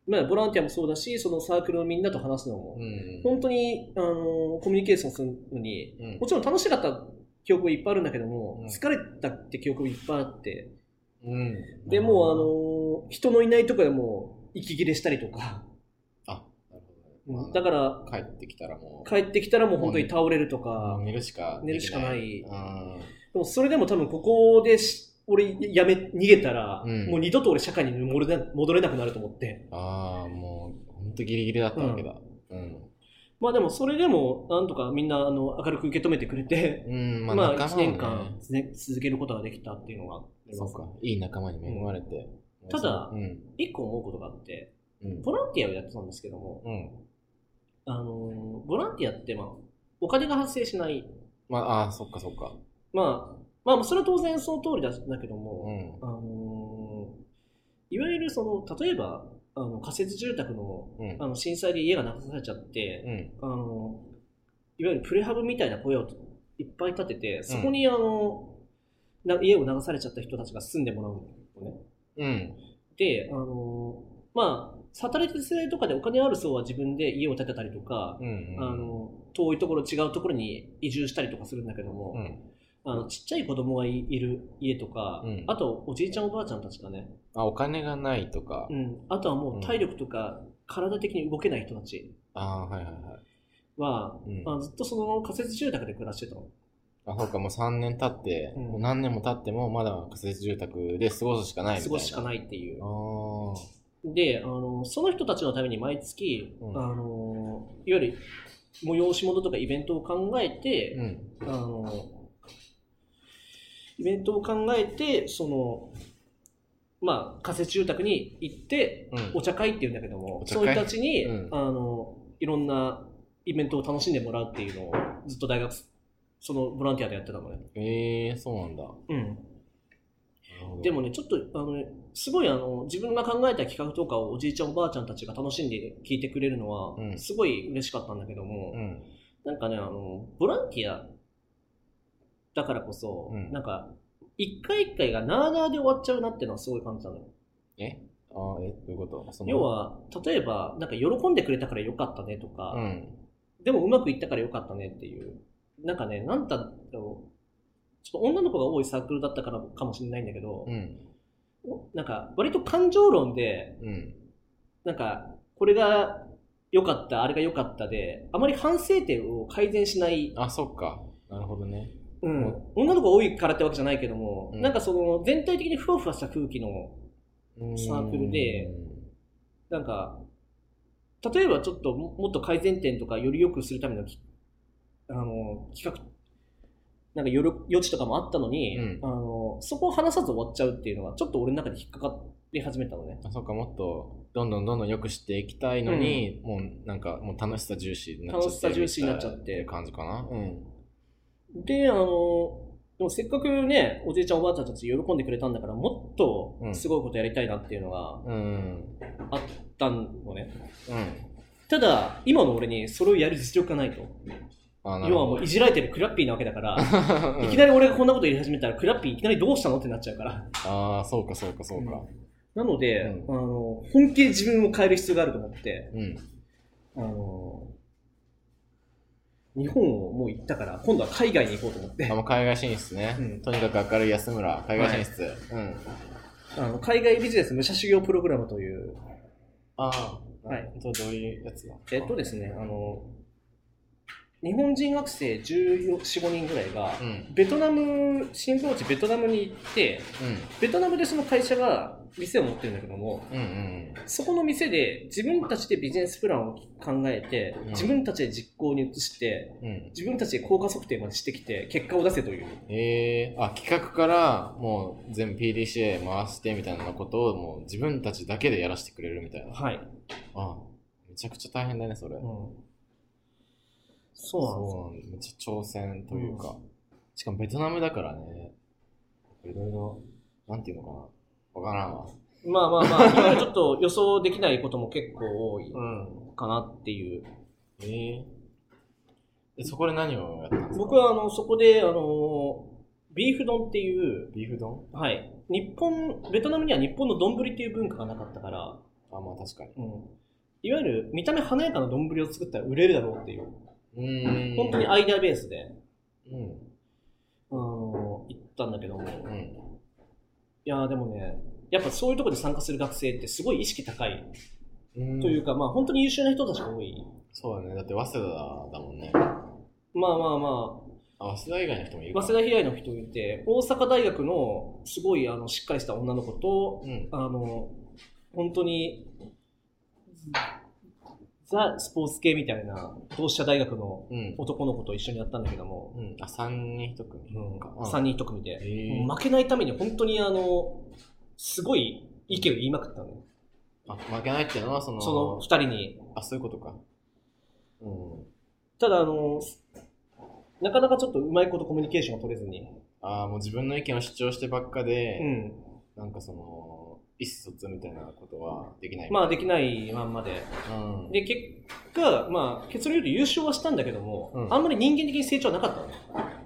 [SPEAKER 2] まあ、ボランティアもそうだし、そのサークルのみんなと話すのも、
[SPEAKER 1] うん。
[SPEAKER 2] 本当に、あのコミュニケーションするのに、
[SPEAKER 1] うん
[SPEAKER 2] もちろん楽しかった記憶がいっぱいあるんだけども、
[SPEAKER 1] うん
[SPEAKER 2] 疲れたって記憶がいっぱいあって、
[SPEAKER 1] うん。
[SPEAKER 2] で、もう、あの人のいないとこでもう、息切れしたりと
[SPEAKER 1] (laughs)
[SPEAKER 2] か、
[SPEAKER 1] あの、なるほどね
[SPEAKER 2] だから、
[SPEAKER 1] 帰ってきたらもう、
[SPEAKER 2] 帰ってきたらもう本当に倒れるとか、
[SPEAKER 1] 寝るしか
[SPEAKER 2] 寝るしかない
[SPEAKER 1] うん。
[SPEAKER 2] でもそれでも多分ここでし俺やめ、逃げたら、
[SPEAKER 1] うん
[SPEAKER 2] もう二度と俺社会に戻れな戻れなくなると思って。
[SPEAKER 1] ああ、もう、ほんとギリギリだったわけだ。うん。
[SPEAKER 2] まあでもそれでも、なんとかみんなあの明るく受け止めてくれて、
[SPEAKER 1] うん、(laughs)
[SPEAKER 2] ま
[SPEAKER 1] ま
[SPEAKER 2] あ
[SPEAKER 1] あ、
[SPEAKER 2] 1
[SPEAKER 1] 仲間も
[SPEAKER 2] 年
[SPEAKER 1] ね
[SPEAKER 2] 間、ね、続けることができたっていうのがあり
[SPEAKER 1] そ
[SPEAKER 2] ま
[SPEAKER 1] う
[SPEAKER 2] す
[SPEAKER 1] か。いい仲間に恵まれて。
[SPEAKER 2] んただ
[SPEAKER 1] うん。
[SPEAKER 2] 一個思うことがあって、
[SPEAKER 1] うん。
[SPEAKER 2] ボランティアをやってたんですけども、
[SPEAKER 1] うん。
[SPEAKER 2] あのーボランティアってまあ、お金が発生しない。
[SPEAKER 1] まあ、ああ、そっかそっか。
[SPEAKER 2] まあ、まあそれは当然その通りだだけど
[SPEAKER 1] う
[SPEAKER 2] も、
[SPEAKER 1] ん。
[SPEAKER 2] あのーいわゆるその、例えば、あの仮設住宅の
[SPEAKER 1] うん
[SPEAKER 2] あ。の震災で家が流されちゃって、
[SPEAKER 1] うん。
[SPEAKER 2] あのいわゆるプレハブみたいな小屋をいっぱい建てて、そこにあの、な家を流されちゃった人たちが住んでもらうのね。
[SPEAKER 1] うん。
[SPEAKER 2] で、あのまあ、サタリテ性とかでお金ある層は自分で家を建てたりとか、
[SPEAKER 1] うん。
[SPEAKER 2] あの遠いところ違うところに移住したりとかするんだけども、
[SPEAKER 1] うん。
[SPEAKER 2] あのちっちゃい子供がいいる家とか、
[SPEAKER 1] うん
[SPEAKER 2] あとおじいちゃんおばあちゃんたちがね、
[SPEAKER 1] あ、お金がないとか
[SPEAKER 2] う。ん、あとはもう体力とか体的に動けない人たち
[SPEAKER 1] ああ、はいはいはい。
[SPEAKER 2] は、
[SPEAKER 1] うん
[SPEAKER 2] まあ、ずっとその仮設住宅で暮らしてたの。
[SPEAKER 1] あ、そうか、もう3年経って、
[SPEAKER 2] うん
[SPEAKER 1] もう何年も経っても、まだ仮設住宅で過ごすしかないみたいな。
[SPEAKER 2] 過ごすしか
[SPEAKER 1] い。
[SPEAKER 2] ないっていう
[SPEAKER 1] あ。あ。
[SPEAKER 2] で、あの、その人たちのために毎月、
[SPEAKER 1] うん
[SPEAKER 2] あの、いわゆる催し物とかイベントを考えて、
[SPEAKER 1] うん。
[SPEAKER 2] あの、イベントを考えて、その、まあ、仮設住宅に行って、
[SPEAKER 1] うん
[SPEAKER 2] お茶会っていうんだけども
[SPEAKER 1] お、茶
[SPEAKER 2] そ
[SPEAKER 1] 会
[SPEAKER 2] ういう人たちに、
[SPEAKER 1] うん
[SPEAKER 2] あの、いろんなイベントを楽しんでもらうっていうのをずっと大学そのボランティアでやってたのね。
[SPEAKER 1] ええー、そうなんだ。
[SPEAKER 2] うん。
[SPEAKER 1] なるほど
[SPEAKER 2] でも、ね、ちょっと、あの、すごいあの、自分が考えた企画とかをおじいちゃんおばあちゃんたちが楽しんで聞いてくれるのは
[SPEAKER 1] う、ん
[SPEAKER 2] すごい嬉しかったんだけども、
[SPEAKER 1] うん。
[SPEAKER 2] なんかね、あの、ボランティアだからこそ、
[SPEAKER 1] うん
[SPEAKER 2] なんか、一回一回がなあなあで終わっちゃうなってのはすごい感じたのよ。
[SPEAKER 1] ああ、え、どういうことその
[SPEAKER 2] 要、は、例えば、なんか喜んでくれたからよかったねとか、
[SPEAKER 1] うん。
[SPEAKER 2] でもうまくいったからよかったねっていう。なんかね、なんだろう。ちょっと女の子が多いサークルだったからかもしれないんだけど、
[SPEAKER 1] うん。
[SPEAKER 2] なんか割と感情論で、
[SPEAKER 1] うん。
[SPEAKER 2] なんかこれが良かった、あれが良かったで、あまり反省点を改善しない、
[SPEAKER 1] あ、そっか。なるほどね。
[SPEAKER 2] うん
[SPEAKER 1] うん
[SPEAKER 2] 女の子が多いからってわけじゃないけども、
[SPEAKER 1] うん
[SPEAKER 2] なんかその全体的にふわふわした空気の、
[SPEAKER 1] うん
[SPEAKER 2] サークルで、なんか、例えばちょっとももっと改善点とかより良くするためのきあの企画、なんか余力余地とかもあったのに、
[SPEAKER 1] うん
[SPEAKER 2] あの、そこを話さず終わっちゃうっていうのが、ちょっと俺の中で引っかかり始めたのね。
[SPEAKER 1] あそっか、もっと、どんどんどんどん良くしていきたいのに、もうなんか、もう楽しさ重視になっちゃって。
[SPEAKER 2] 楽しさ重視になっちゃって
[SPEAKER 1] いう感じかな。うん。
[SPEAKER 2] で、あの、でもせっかくね、おじいちゃんおばあちゃんたち喜んでくれたんだから、もっとすごいことやりたいなっていうのが
[SPEAKER 1] うん。
[SPEAKER 2] あったのね。
[SPEAKER 1] うん。
[SPEAKER 2] ただ、今の俺にそれをやる実力がないと。
[SPEAKER 1] あ、なる
[SPEAKER 2] 要はも
[SPEAKER 1] ほ
[SPEAKER 2] う
[SPEAKER 1] ど。
[SPEAKER 2] いじられてるクラッピーなわけだから、
[SPEAKER 1] うん (laughs)
[SPEAKER 2] いきなり俺がこんなこと言い始めたら、クラッピーいきなりどうしたのってなっちゃうから。
[SPEAKER 1] ああ、そうか、そうか、そうか。
[SPEAKER 2] なので、
[SPEAKER 1] う
[SPEAKER 2] あの、本気で自分を変える必要があると思って、
[SPEAKER 1] うん。
[SPEAKER 2] あの、日本をもう行ったから、今度は海外に行こうと思って
[SPEAKER 1] あ、、もう海外進出ね。
[SPEAKER 2] うん
[SPEAKER 1] とにかく明るい安村、海外進出。うん。
[SPEAKER 2] (laughs) あの海外ビジネス武者修行プログラムという、
[SPEAKER 1] ああ、
[SPEAKER 2] はい。
[SPEAKER 1] どうどういうやつだ
[SPEAKER 2] えっとですね、あの、日本人学生14、5人ぐらいが、
[SPEAKER 1] うん。うん。
[SPEAKER 2] ベトナム、新興地ベトナムに行って、ベトナムでその会社が店を持ってるんだけども、
[SPEAKER 1] うんうん。
[SPEAKER 2] そこの店で自分たちでビジネスプランを考えて
[SPEAKER 1] うん、
[SPEAKER 2] 自分たちで実行に移して、
[SPEAKER 1] うん。
[SPEAKER 2] 自分たちで効果測定までしてきて、結果を出せという。
[SPEAKER 1] えー、あ、企画からもう全部 PDCA 回してみたいなことをもう自分たちだけでやらせてくれるみたいな。
[SPEAKER 2] はい。
[SPEAKER 1] あめちゃくちゃ大変だね、それ。
[SPEAKER 2] そうなんですよ
[SPEAKER 1] そうなんだ。めっちゃ挑戦というか。しかもベトナムだからね、いろいろ、なんていうのかな。わからんわ。
[SPEAKER 2] まあまあ (laughs) まあ、いろいろちょっと予想できないことも結構多い
[SPEAKER 1] ん。
[SPEAKER 2] かなっていう。
[SPEAKER 1] えー、でそこで何をやったんですか
[SPEAKER 2] 僕はあのそこであのビーフ丼っていう、
[SPEAKER 1] ビーフ丼
[SPEAKER 2] はい、日本ベトナムには日本の丼っていう文化がなかったから、
[SPEAKER 1] あ、まあ確かに。
[SPEAKER 2] うん、いわゆる見た目華やかな丼を作ったら売れるだろうっていう
[SPEAKER 1] うーん。
[SPEAKER 2] 本当にアイデアベースで、
[SPEAKER 1] うん。
[SPEAKER 2] あの行ったんだけども
[SPEAKER 1] うん。
[SPEAKER 2] いやーでもねやっぱそういうところで参加する学生ってすごい意識高い
[SPEAKER 1] うん
[SPEAKER 2] というか、まあ本当に優秀な人たちが多い
[SPEAKER 1] そうだね。だって、早稲田だもんね。
[SPEAKER 2] まあまあま
[SPEAKER 1] あ、早稲田以外の人もいる
[SPEAKER 2] あ早稲田平井の人いて大阪大学のすごいあのしっかりした女の子と
[SPEAKER 1] 田うん。
[SPEAKER 2] あの、本当に、ザ・スポーツ系みたいな、同志社大学の
[SPEAKER 1] うん。
[SPEAKER 2] 男の子と一緒にやったんだけども、
[SPEAKER 1] うん、あ、三人一組。うん
[SPEAKER 2] 3人1組で、
[SPEAKER 1] へー
[SPEAKER 2] 負けないために本当にあの、すごい意見を言いまくったのよ。
[SPEAKER 1] あ、負けないっていうのは、その、
[SPEAKER 2] その2人に。
[SPEAKER 1] あ、そういうことか。うん。
[SPEAKER 2] ただあの、なかなかちょっとうまいことコミュニケーションが取れずに。
[SPEAKER 1] あーもう自分の意見を主張してばっかで、
[SPEAKER 2] うん。
[SPEAKER 1] なんかその、意思疎通みたいなことはできない。
[SPEAKER 2] まあできないまんまで。
[SPEAKER 1] あ、うん。
[SPEAKER 2] で、結果、まあ結論言うと優勝はしたんだけども、
[SPEAKER 1] うん
[SPEAKER 2] あんまり人間的に成長はなかったのね。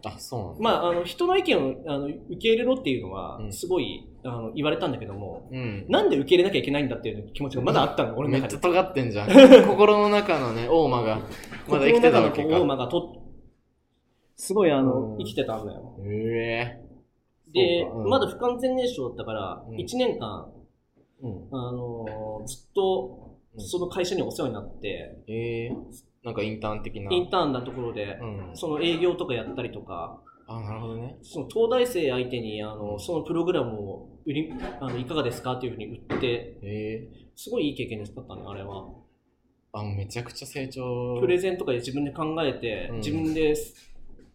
[SPEAKER 1] あ、そうなんだ。
[SPEAKER 2] まあ、あの人の意見をあの受け入れろっていうのは
[SPEAKER 1] うん
[SPEAKER 2] すごい、あの言われたんだけども
[SPEAKER 1] うん。
[SPEAKER 2] なんで受け入れなきゃいけないんだっていう気持ちがまだあったの、俺の
[SPEAKER 1] めっ
[SPEAKER 2] 中
[SPEAKER 1] ち
[SPEAKER 2] で
[SPEAKER 1] ゃ尖ってんじゃん。 (laughs) 心の中のね、オーマ
[SPEAKER 2] (laughs)
[SPEAKER 1] が、まだ生きてたわけ
[SPEAKER 2] 心の中のこうオー
[SPEAKER 1] か。
[SPEAKER 2] マがとすごいあの、
[SPEAKER 1] うん
[SPEAKER 2] 生きてたんだよ
[SPEAKER 1] ええ
[SPEAKER 2] で、
[SPEAKER 1] そうかうん
[SPEAKER 2] まだ不完全燃焼だったから、
[SPEAKER 1] うん
[SPEAKER 2] 1年間、
[SPEAKER 1] うん。
[SPEAKER 2] あのずっと
[SPEAKER 1] うん
[SPEAKER 2] その会社にお世話になって、
[SPEAKER 1] ええなんかインターン的な。
[SPEAKER 2] インターンなところで、
[SPEAKER 1] うん。
[SPEAKER 2] その営業とかやったりとか
[SPEAKER 1] あ、なるほどね。
[SPEAKER 2] その東大生相手にあのそのプログラムを売りあのいかがですかっていうふうに売って
[SPEAKER 1] ええ
[SPEAKER 2] すごいいい経験だったね、あれは。
[SPEAKER 1] あ、もうめちゃくちゃ成長。
[SPEAKER 2] プレゼンとかで自分で考えて、
[SPEAKER 1] うん
[SPEAKER 2] 自分で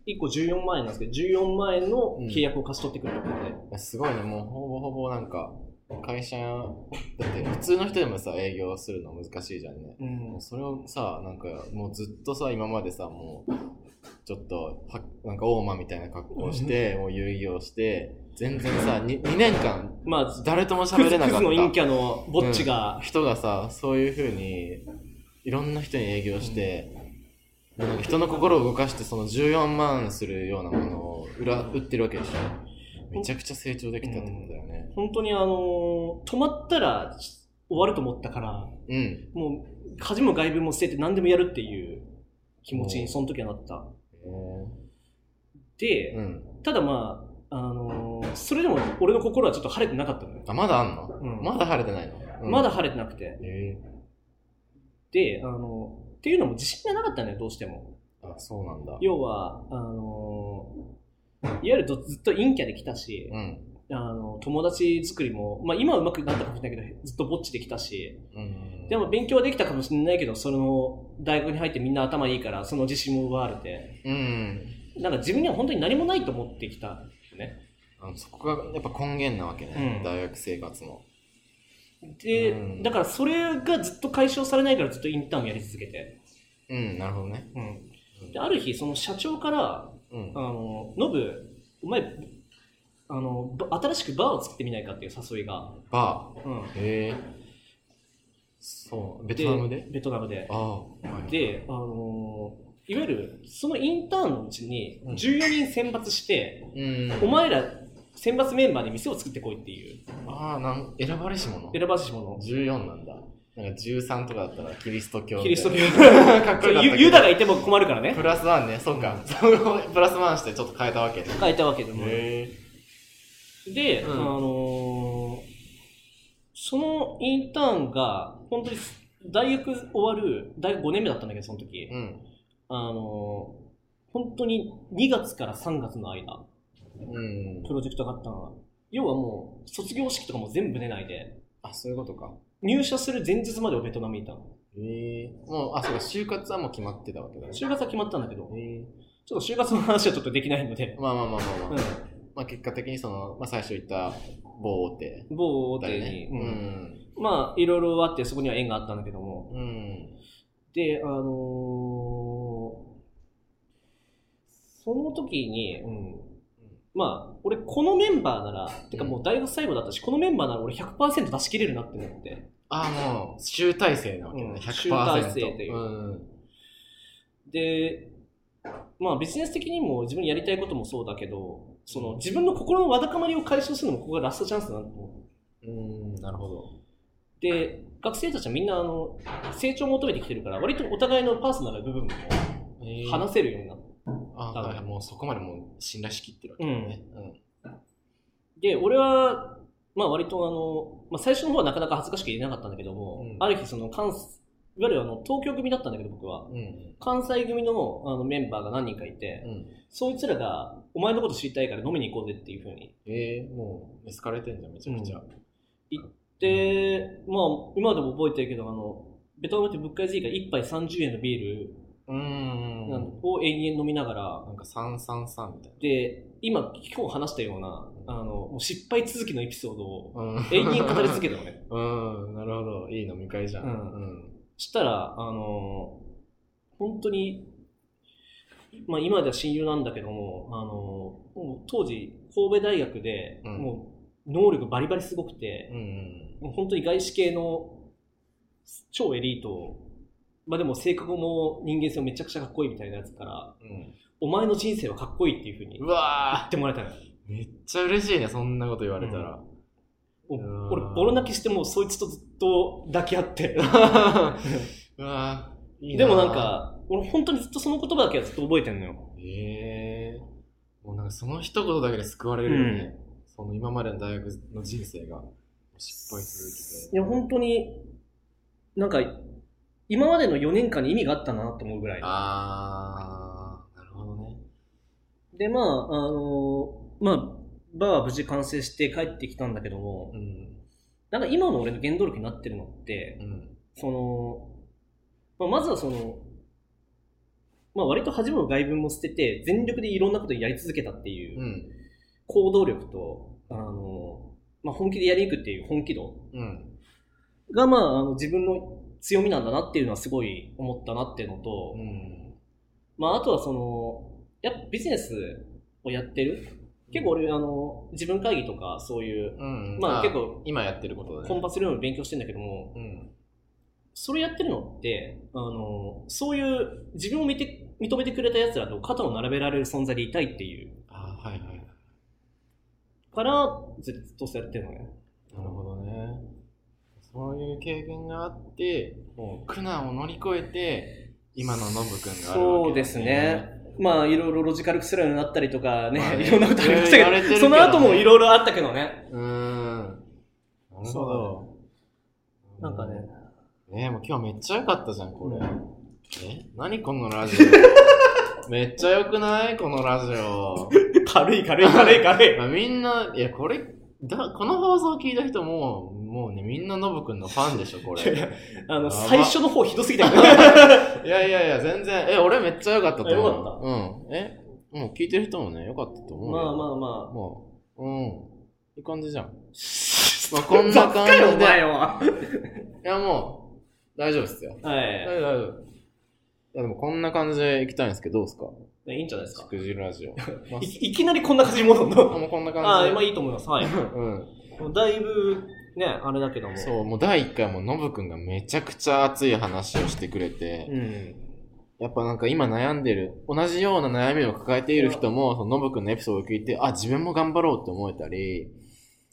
[SPEAKER 2] 1個14万円なんですけど、14万円の契約を勝ち取ってくるところで。
[SPEAKER 1] いやすごいね、もうほぼほぼなんか、会社、だって普通の人でもさ、営業するの難しいじゃんね。
[SPEAKER 2] うん
[SPEAKER 1] もうそれをさ、なんか、もうずっとさ、今までさ、もう、ちょっと、はなんか、大間みたいな格好をして、もう遊戯をして、全然さ、2, 2年間、
[SPEAKER 2] まあ、
[SPEAKER 1] 誰とも
[SPEAKER 2] ク
[SPEAKER 1] 喋
[SPEAKER 2] ズ
[SPEAKER 1] れな
[SPEAKER 2] ク
[SPEAKER 1] か
[SPEAKER 2] ズの陰
[SPEAKER 1] っ
[SPEAKER 2] キャのぼっちが
[SPEAKER 1] た、人がさ、そういう風に、いろんな人に営業して、なんか人の心を動かして、その14万するようなものを裏、売ってるわけでしょ。めちゃくちゃ成長できたってことだよね。
[SPEAKER 2] 本当にあの、止まったら終わると思ったから、
[SPEAKER 1] うん。
[SPEAKER 2] もう、家事も外部も捨てて何でもやるっていう気持ちにその時はなった。
[SPEAKER 1] えー
[SPEAKER 2] で、
[SPEAKER 1] うん。
[SPEAKER 2] ただまあ、あのーそれでも俺の心はちょっと晴れてなかったのよ。
[SPEAKER 1] あ、まだあんの
[SPEAKER 2] うん
[SPEAKER 1] まだ晴れてないの、うん
[SPEAKER 2] まだ晴れてなくて。
[SPEAKER 1] え
[SPEAKER 2] で、あのーっていうのも自信がなかったのよ、どうしても。
[SPEAKER 1] ー、あ、そうなんだ。
[SPEAKER 2] 要は、あのーいわゆるどずっと陰キャできたし
[SPEAKER 1] う、ん。
[SPEAKER 2] あの友達作りも、まあ今はうまくなったかもしれないけど、ずっとぼっちできたし、
[SPEAKER 1] うん。
[SPEAKER 2] でも勉強はできたかもしれないけど、その大学に入ってみんな頭いいから、その自信も奪われて、
[SPEAKER 1] うん。
[SPEAKER 2] なんか自分には本当に何もないと思ってきた。
[SPEAKER 1] あのそこがやっぱ根源なわけね、
[SPEAKER 2] うん
[SPEAKER 1] 大学生活の。
[SPEAKER 2] で、
[SPEAKER 1] うん
[SPEAKER 2] だからそれがずっと解消されないからずっとインターンをやり続けて、
[SPEAKER 1] うん、なるほどね。
[SPEAKER 2] である日その社長から
[SPEAKER 1] うん
[SPEAKER 2] 「あ。のノブお前あのば新しくバーを作ってみないか」っていう誘いが、
[SPEAKER 1] バ
[SPEAKER 2] うん
[SPEAKER 1] ー。へえ。そう、ベトナムで
[SPEAKER 2] ベトナムで
[SPEAKER 1] ああ。はい、
[SPEAKER 2] であのいわゆるそのインターンのうちに
[SPEAKER 1] うん
[SPEAKER 2] 14人選抜して、
[SPEAKER 1] うん。
[SPEAKER 2] お前ら選抜メンバーで店を作ってこいっていう
[SPEAKER 1] ああ、なん選ばれし者
[SPEAKER 2] 選ばし者
[SPEAKER 1] 14なんだ。なんか13とかだったらキリスト教みたいな。
[SPEAKER 2] キリスト教
[SPEAKER 1] (laughs) かっこよかったけど
[SPEAKER 2] ユユダがいても困るからね
[SPEAKER 1] プラスワンね、そうか。そのプラスワンしてちょっと変えたわけね。
[SPEAKER 2] 変えたわけでも
[SPEAKER 1] へ
[SPEAKER 2] で、
[SPEAKER 1] うん
[SPEAKER 2] あのーそのインターンが、本当に大学終わる、大学5年目だったんだけど、その時
[SPEAKER 1] え。。うん。
[SPEAKER 2] あのー本当に2月から3月の間、
[SPEAKER 1] うん
[SPEAKER 2] プ。ロジェクトがあったのは、要はもう、卒業式とかも全部寝ないで、
[SPEAKER 1] あ、そういうことか。
[SPEAKER 2] 入社する前日までをベトナムにいたの。
[SPEAKER 1] へえ。もう、あ、そうか、就活はもう決まってたわけだね。
[SPEAKER 2] 就活は決まったんだけど、
[SPEAKER 1] へえ。
[SPEAKER 2] ちょっと就活の話はちょっとできないので、
[SPEAKER 1] まあまあまあまあまあ。
[SPEAKER 2] う
[SPEAKER 1] まあ、結果的にその、まあ、最初言った某大手
[SPEAKER 2] ん、某大
[SPEAKER 1] だ
[SPEAKER 2] 手
[SPEAKER 1] よ
[SPEAKER 2] に
[SPEAKER 1] ね、。
[SPEAKER 2] うんまあ、いろいろあって、そこには縁があったんだけども、
[SPEAKER 1] うんうん
[SPEAKER 2] で、あのーその時に、うん、まあ、俺このメンバーなら、てかもう大学最後だったし、このメンバーなら俺100%出し切れるなって思って。
[SPEAKER 1] ああもう集大成なわけ
[SPEAKER 2] うん
[SPEAKER 1] ね、100%
[SPEAKER 2] 集大成という
[SPEAKER 1] うん
[SPEAKER 2] で、まあビジネス的にも自分やりたいこともそうだけど、その自分の心のわだかまりを解消するのもここがラストチャンスだなと思う。
[SPEAKER 1] うんなるほど
[SPEAKER 2] で、学生たちはみんなあの成長を求めてきてるから、割とお互いのパーソナルな部分も話せるようになって。
[SPEAKER 1] あはいはいもうそこまでもう信頼しきってるわけだね、うん
[SPEAKER 2] で、俺は、まあ割とあの、まあ最初の方はなかなか恥ずかしく言えなかったんだけども、
[SPEAKER 1] うん
[SPEAKER 2] ある日その関西、いわゆるあの東京組だったんだけど僕は、
[SPEAKER 1] うん
[SPEAKER 2] 関西組のあのメンバーが何人かいて、
[SPEAKER 1] うん
[SPEAKER 2] そいつらが、お前のこと知りたいから飲みに行こうぜっていうふうに。
[SPEAKER 1] えー、もうエスカレーてんじゃんめちゃくちゃ、
[SPEAKER 2] で、まあ今でも覚えてるけど、あの、ベトナムって物価安いから1杯30円のビール
[SPEAKER 1] うん
[SPEAKER 2] な
[SPEAKER 1] なん
[SPEAKER 2] を永遠飲みながら、
[SPEAKER 1] んか333みたい
[SPEAKER 2] で、今、今日話したような、あの、もう失敗続きのエピソードを
[SPEAKER 1] なうん
[SPEAKER 2] 永遠語り続けたのね。
[SPEAKER 1] うんなるほどいい飲み会じゃん
[SPEAKER 2] う
[SPEAKER 1] うん
[SPEAKER 2] したら、あのー本当に、まあ今では親友なんだけども、あのーもう当時、神戸大学で、
[SPEAKER 1] うん
[SPEAKER 2] もう能力バリバリすごくて
[SPEAKER 1] う、ん
[SPEAKER 2] もう本当に外資系の超エリート、まあでも性格も人間性もめちゃくちゃかっこいいみたいなやつから、
[SPEAKER 1] うん
[SPEAKER 2] お前の人生はかっこいいっていうふうに
[SPEAKER 1] う
[SPEAKER 2] 言
[SPEAKER 1] わ
[SPEAKER 2] ってもらえたの。
[SPEAKER 1] ーめっちゃ嬉しいねそんなこと言われたら、
[SPEAKER 2] お
[SPEAKER 1] うん
[SPEAKER 2] 俺、ボロ泣きしてもうそいつとずっと抱き合って。
[SPEAKER 1] (laughs) うわーいい
[SPEAKER 2] でもなん、か、俺本当にずっとその言葉だけはずっと覚えてんのよ。
[SPEAKER 1] ええもうなんかその一言だけで救われるよね。その今までの大学の人生が失敗続け
[SPEAKER 2] い
[SPEAKER 1] て。
[SPEAKER 2] や、本当に、なんか、今までの4年間に意味があったなと思うぐらい。
[SPEAKER 1] あー、なるほどね。
[SPEAKER 2] で、まあ、あの、まあ、バーは無事完成して帰ってきたんだけども、
[SPEAKER 1] うん。
[SPEAKER 2] なんか今の俺の原動力になってるのって
[SPEAKER 1] う、ん。。
[SPEAKER 2] その、まあ、まずはその、まあ、割と恥も外分も捨てて、全力でいろんなことをやり続けたっていううん行動力と、あの、まあ、本気でやりに行くっていう本気度
[SPEAKER 1] うん。
[SPEAKER 2] が、まあ、あの自分の強みなんだなっていうのはすごい思ったなっていうのと、
[SPEAKER 1] うん。
[SPEAKER 2] まあ、あとはその、やっぱビジネスをやってる結構俺、あの、自分会議とかそういう、
[SPEAKER 1] うん
[SPEAKER 2] まあ結構
[SPEAKER 1] 今やってることだね
[SPEAKER 2] コンパスルーム勉強してんだけども、
[SPEAKER 1] うん
[SPEAKER 2] それやってるのって、あの、そういう自分を見て、認めてくれた奴らと肩を並べられる存在でいたいっていう
[SPEAKER 1] あはいはい
[SPEAKER 2] から、ずっとそうやってるのね。
[SPEAKER 1] なるほどねそういう経験があって苦難を乗り越えて今のノブくんがあるわけだね
[SPEAKER 2] そうですね。まあ、いろいろロジカルクスラーになったりとかね、
[SPEAKER 1] まあね
[SPEAKER 2] いろんなことありました
[SPEAKER 1] いろいろやれ
[SPEAKER 2] け
[SPEAKER 1] て
[SPEAKER 2] ど、
[SPEAKER 1] るけど
[SPEAKER 2] そ
[SPEAKER 1] ね
[SPEAKER 2] の後もいろいろあったけどね。
[SPEAKER 1] うーんなるほど
[SPEAKER 2] なんかね、
[SPEAKER 1] ねえもう今日めっちゃ良かったじゃんこれ、
[SPEAKER 2] う
[SPEAKER 1] え何このラジオ (laughs) めっちゃ良くないこのラジオ
[SPEAKER 2] 軽い軽い軽い軽い。
[SPEAKER 1] まあ、みんな、いや、これ、だこの放送聞いた人も、もうね、みんなノブくんのファンでしょ、これ。
[SPEAKER 2] いやいや
[SPEAKER 1] い
[SPEAKER 2] あ
[SPEAKER 1] やば
[SPEAKER 2] の、最初の方ひどすぎ (laughs) たけどね
[SPEAKER 1] やいやいや、全然、え、俺めっちゃ良かったと思う。
[SPEAKER 2] よか
[SPEAKER 1] うん。え、もう聞いてる人もね、良かったと思うよ。
[SPEAKER 2] まあまあまあ。
[SPEAKER 1] もう、うん。いい感
[SPEAKER 2] (laughs)
[SPEAKER 1] じじゃん。まあ、こんな感じ
[SPEAKER 2] ばっかよお
[SPEAKER 1] で。
[SPEAKER 2] 前
[SPEAKER 1] い
[SPEAKER 2] は。
[SPEAKER 1] や、もう、大丈夫っすよ。大丈
[SPEAKER 2] は
[SPEAKER 1] 夫、大丈夫。いや、でもこんな感じで行きたいんですけど、どうですか
[SPEAKER 2] い。いいんじゃないですか
[SPEAKER 1] し。くじるラ
[SPEAKER 2] (laughs)
[SPEAKER 1] ジオ。まあ
[SPEAKER 2] いいきなりこんな感じに戻る
[SPEAKER 1] あ、
[SPEAKER 2] の
[SPEAKER 1] もうこんな
[SPEAKER 2] あ
[SPEAKER 1] 感
[SPEAKER 2] あ、
[SPEAKER 1] じで。
[SPEAKER 2] まあいいと思います。はい。
[SPEAKER 1] うん。
[SPEAKER 2] (laughs) だいぶ、ね、あれだけども。
[SPEAKER 1] そう、もう第1回はもうノブくんがめちゃくちゃ熱い話をしてくれて、
[SPEAKER 2] うん。
[SPEAKER 1] やっぱなんか今悩んでる、同じような悩みを抱えている人も、そのノブくんのエピソードを聞いて、あ、自分も頑張ろうって思えたり、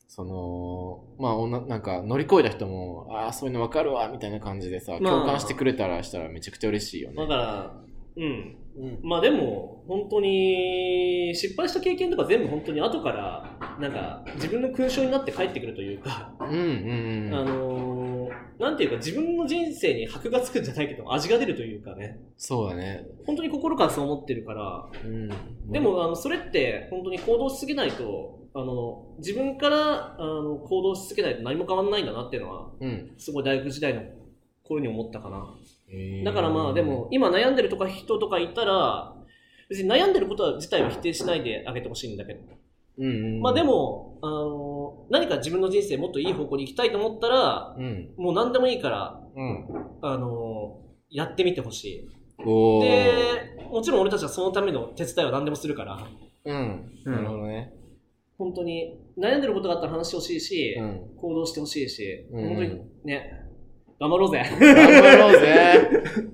[SPEAKER 1] その、まあおな、なんか乗り越えた人も、ああ、そういうのわかるわ、みたいな感じでさ、
[SPEAKER 2] まあ
[SPEAKER 1] 共感してくれたらしたらめちゃくちゃ嬉しいよね。
[SPEAKER 2] だから、うん。
[SPEAKER 1] うん。
[SPEAKER 2] まあでも、本当に、失敗した経験とか全部本当に後から、なんか、自分の勲章になって帰ってくるというか、
[SPEAKER 1] うんうん
[SPEAKER 2] あ
[SPEAKER 1] うん。
[SPEAKER 2] のーなんていうか自分の人生に箔がつくんじゃないけど、味が出るというかね、
[SPEAKER 1] そうだね。
[SPEAKER 2] 本当に心からそう思ってるから、
[SPEAKER 1] うん。
[SPEAKER 2] で、も、あの、それって本当に行動しすぎないと、あの、自分から、あの、行動しすぎないと何も変わんないんだなっていうのは、
[SPEAKER 1] うん。
[SPEAKER 2] すごい大学時代の頃に思ったかな。
[SPEAKER 1] えー
[SPEAKER 2] だからまあで、も今悩んでるとか人とかいたら別に悩んでることは自体は否定しないであげてほしいんだけど、
[SPEAKER 1] うんうん。
[SPEAKER 2] まあで、も、あの何か自分の人生もっといい方向に行きたいと思ったら
[SPEAKER 1] うん。
[SPEAKER 2] もう何でもいいから、
[SPEAKER 1] うん。
[SPEAKER 2] あのやってみてほしい
[SPEAKER 1] おー。
[SPEAKER 2] でもちろん俺たちはそのための手伝いは何でもするから
[SPEAKER 1] うん。
[SPEAKER 2] うん
[SPEAKER 1] なるほどね。
[SPEAKER 2] 本当に悩んでることがあったら話してほしいし、
[SPEAKER 1] うん。
[SPEAKER 2] 行動してほしいし、
[SPEAKER 1] うん
[SPEAKER 2] 本当にね頑張ろうぜ
[SPEAKER 1] 頑張ろうぜ。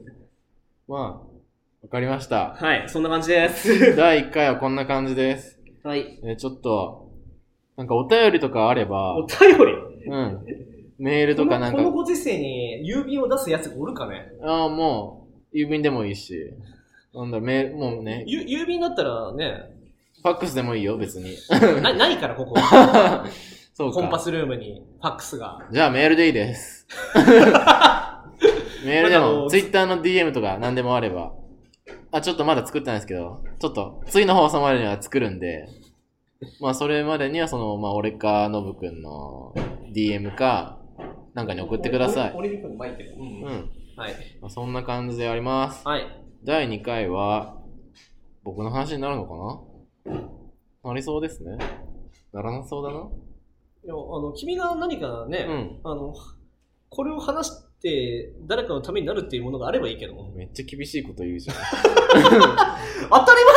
[SPEAKER 1] まあ、わかりました。
[SPEAKER 2] はいそんな感じです
[SPEAKER 1] (laughs) 第1回はこんな感じです。
[SPEAKER 2] はい
[SPEAKER 1] えーちょっと、なんかお便りとかあれば
[SPEAKER 2] お、便り
[SPEAKER 1] うん。メールとかなん
[SPEAKER 2] この
[SPEAKER 1] か、
[SPEAKER 2] このご時世に郵便を出すやつがおるかね
[SPEAKER 1] ああ、もう、郵便でもいいし、なんだ、メール、もうね、
[SPEAKER 2] ゆ郵便だったらね、
[SPEAKER 1] ファックスでもいいよ、別に。
[SPEAKER 2] なないからここ、
[SPEAKER 1] そう
[SPEAKER 2] コンパ
[SPEAKER 1] か。
[SPEAKER 2] スルームにファックスが。
[SPEAKER 1] じゃあメールでいい (laughs) です。メールで
[SPEAKER 2] まだあ
[SPEAKER 1] も、
[SPEAKER 2] の
[SPEAKER 1] ツイッターの DM とか何でもあれば。あ、ちょっとまだ作ってないですけど、ちょっと、次の放送までには作るんで、まあ、それまでには、その、まあ、俺か、のぶくんの DM か、なんかに送ってください。
[SPEAKER 2] 俺に行くのうまいけど。う
[SPEAKER 1] うんん。
[SPEAKER 2] はい。
[SPEAKER 1] まあ、そんな感じであります。
[SPEAKER 2] はい。
[SPEAKER 1] 第2回は、僕の話になるのかななりそうですね。ならなそうだな。
[SPEAKER 2] でもあの君が何かね、
[SPEAKER 1] うん。
[SPEAKER 2] あの、これを話して誰かのためになるっていうものがあればいいけども。
[SPEAKER 1] めっちゃ厳しいこと言うじゃん。
[SPEAKER 2] 当たり前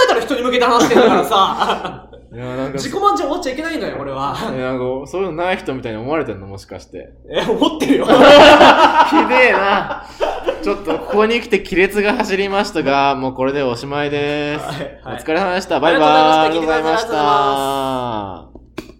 [SPEAKER 2] だろ、人に向けて話してんだから (laughs) さ。
[SPEAKER 1] いや、なんか、
[SPEAKER 2] 自己満じゃ思っちゃいけないのよ、俺は。
[SPEAKER 1] (laughs) えなんかそういうのない人みたいに思われてんのもしかして。
[SPEAKER 2] え、思ってる
[SPEAKER 1] (laughs)
[SPEAKER 2] よ。
[SPEAKER 1] ひでえな。ちょっとここに来て亀裂が走りましたが、 (laughs) もうこれでおしまいです。
[SPEAKER 2] はいはい
[SPEAKER 1] お疲れ様でした。バイバイ。
[SPEAKER 2] ありがとうござ
[SPEAKER 1] ありがとうござ
[SPEAKER 2] いました聞いてくださりありがとうござい
[SPEAKER 1] いました。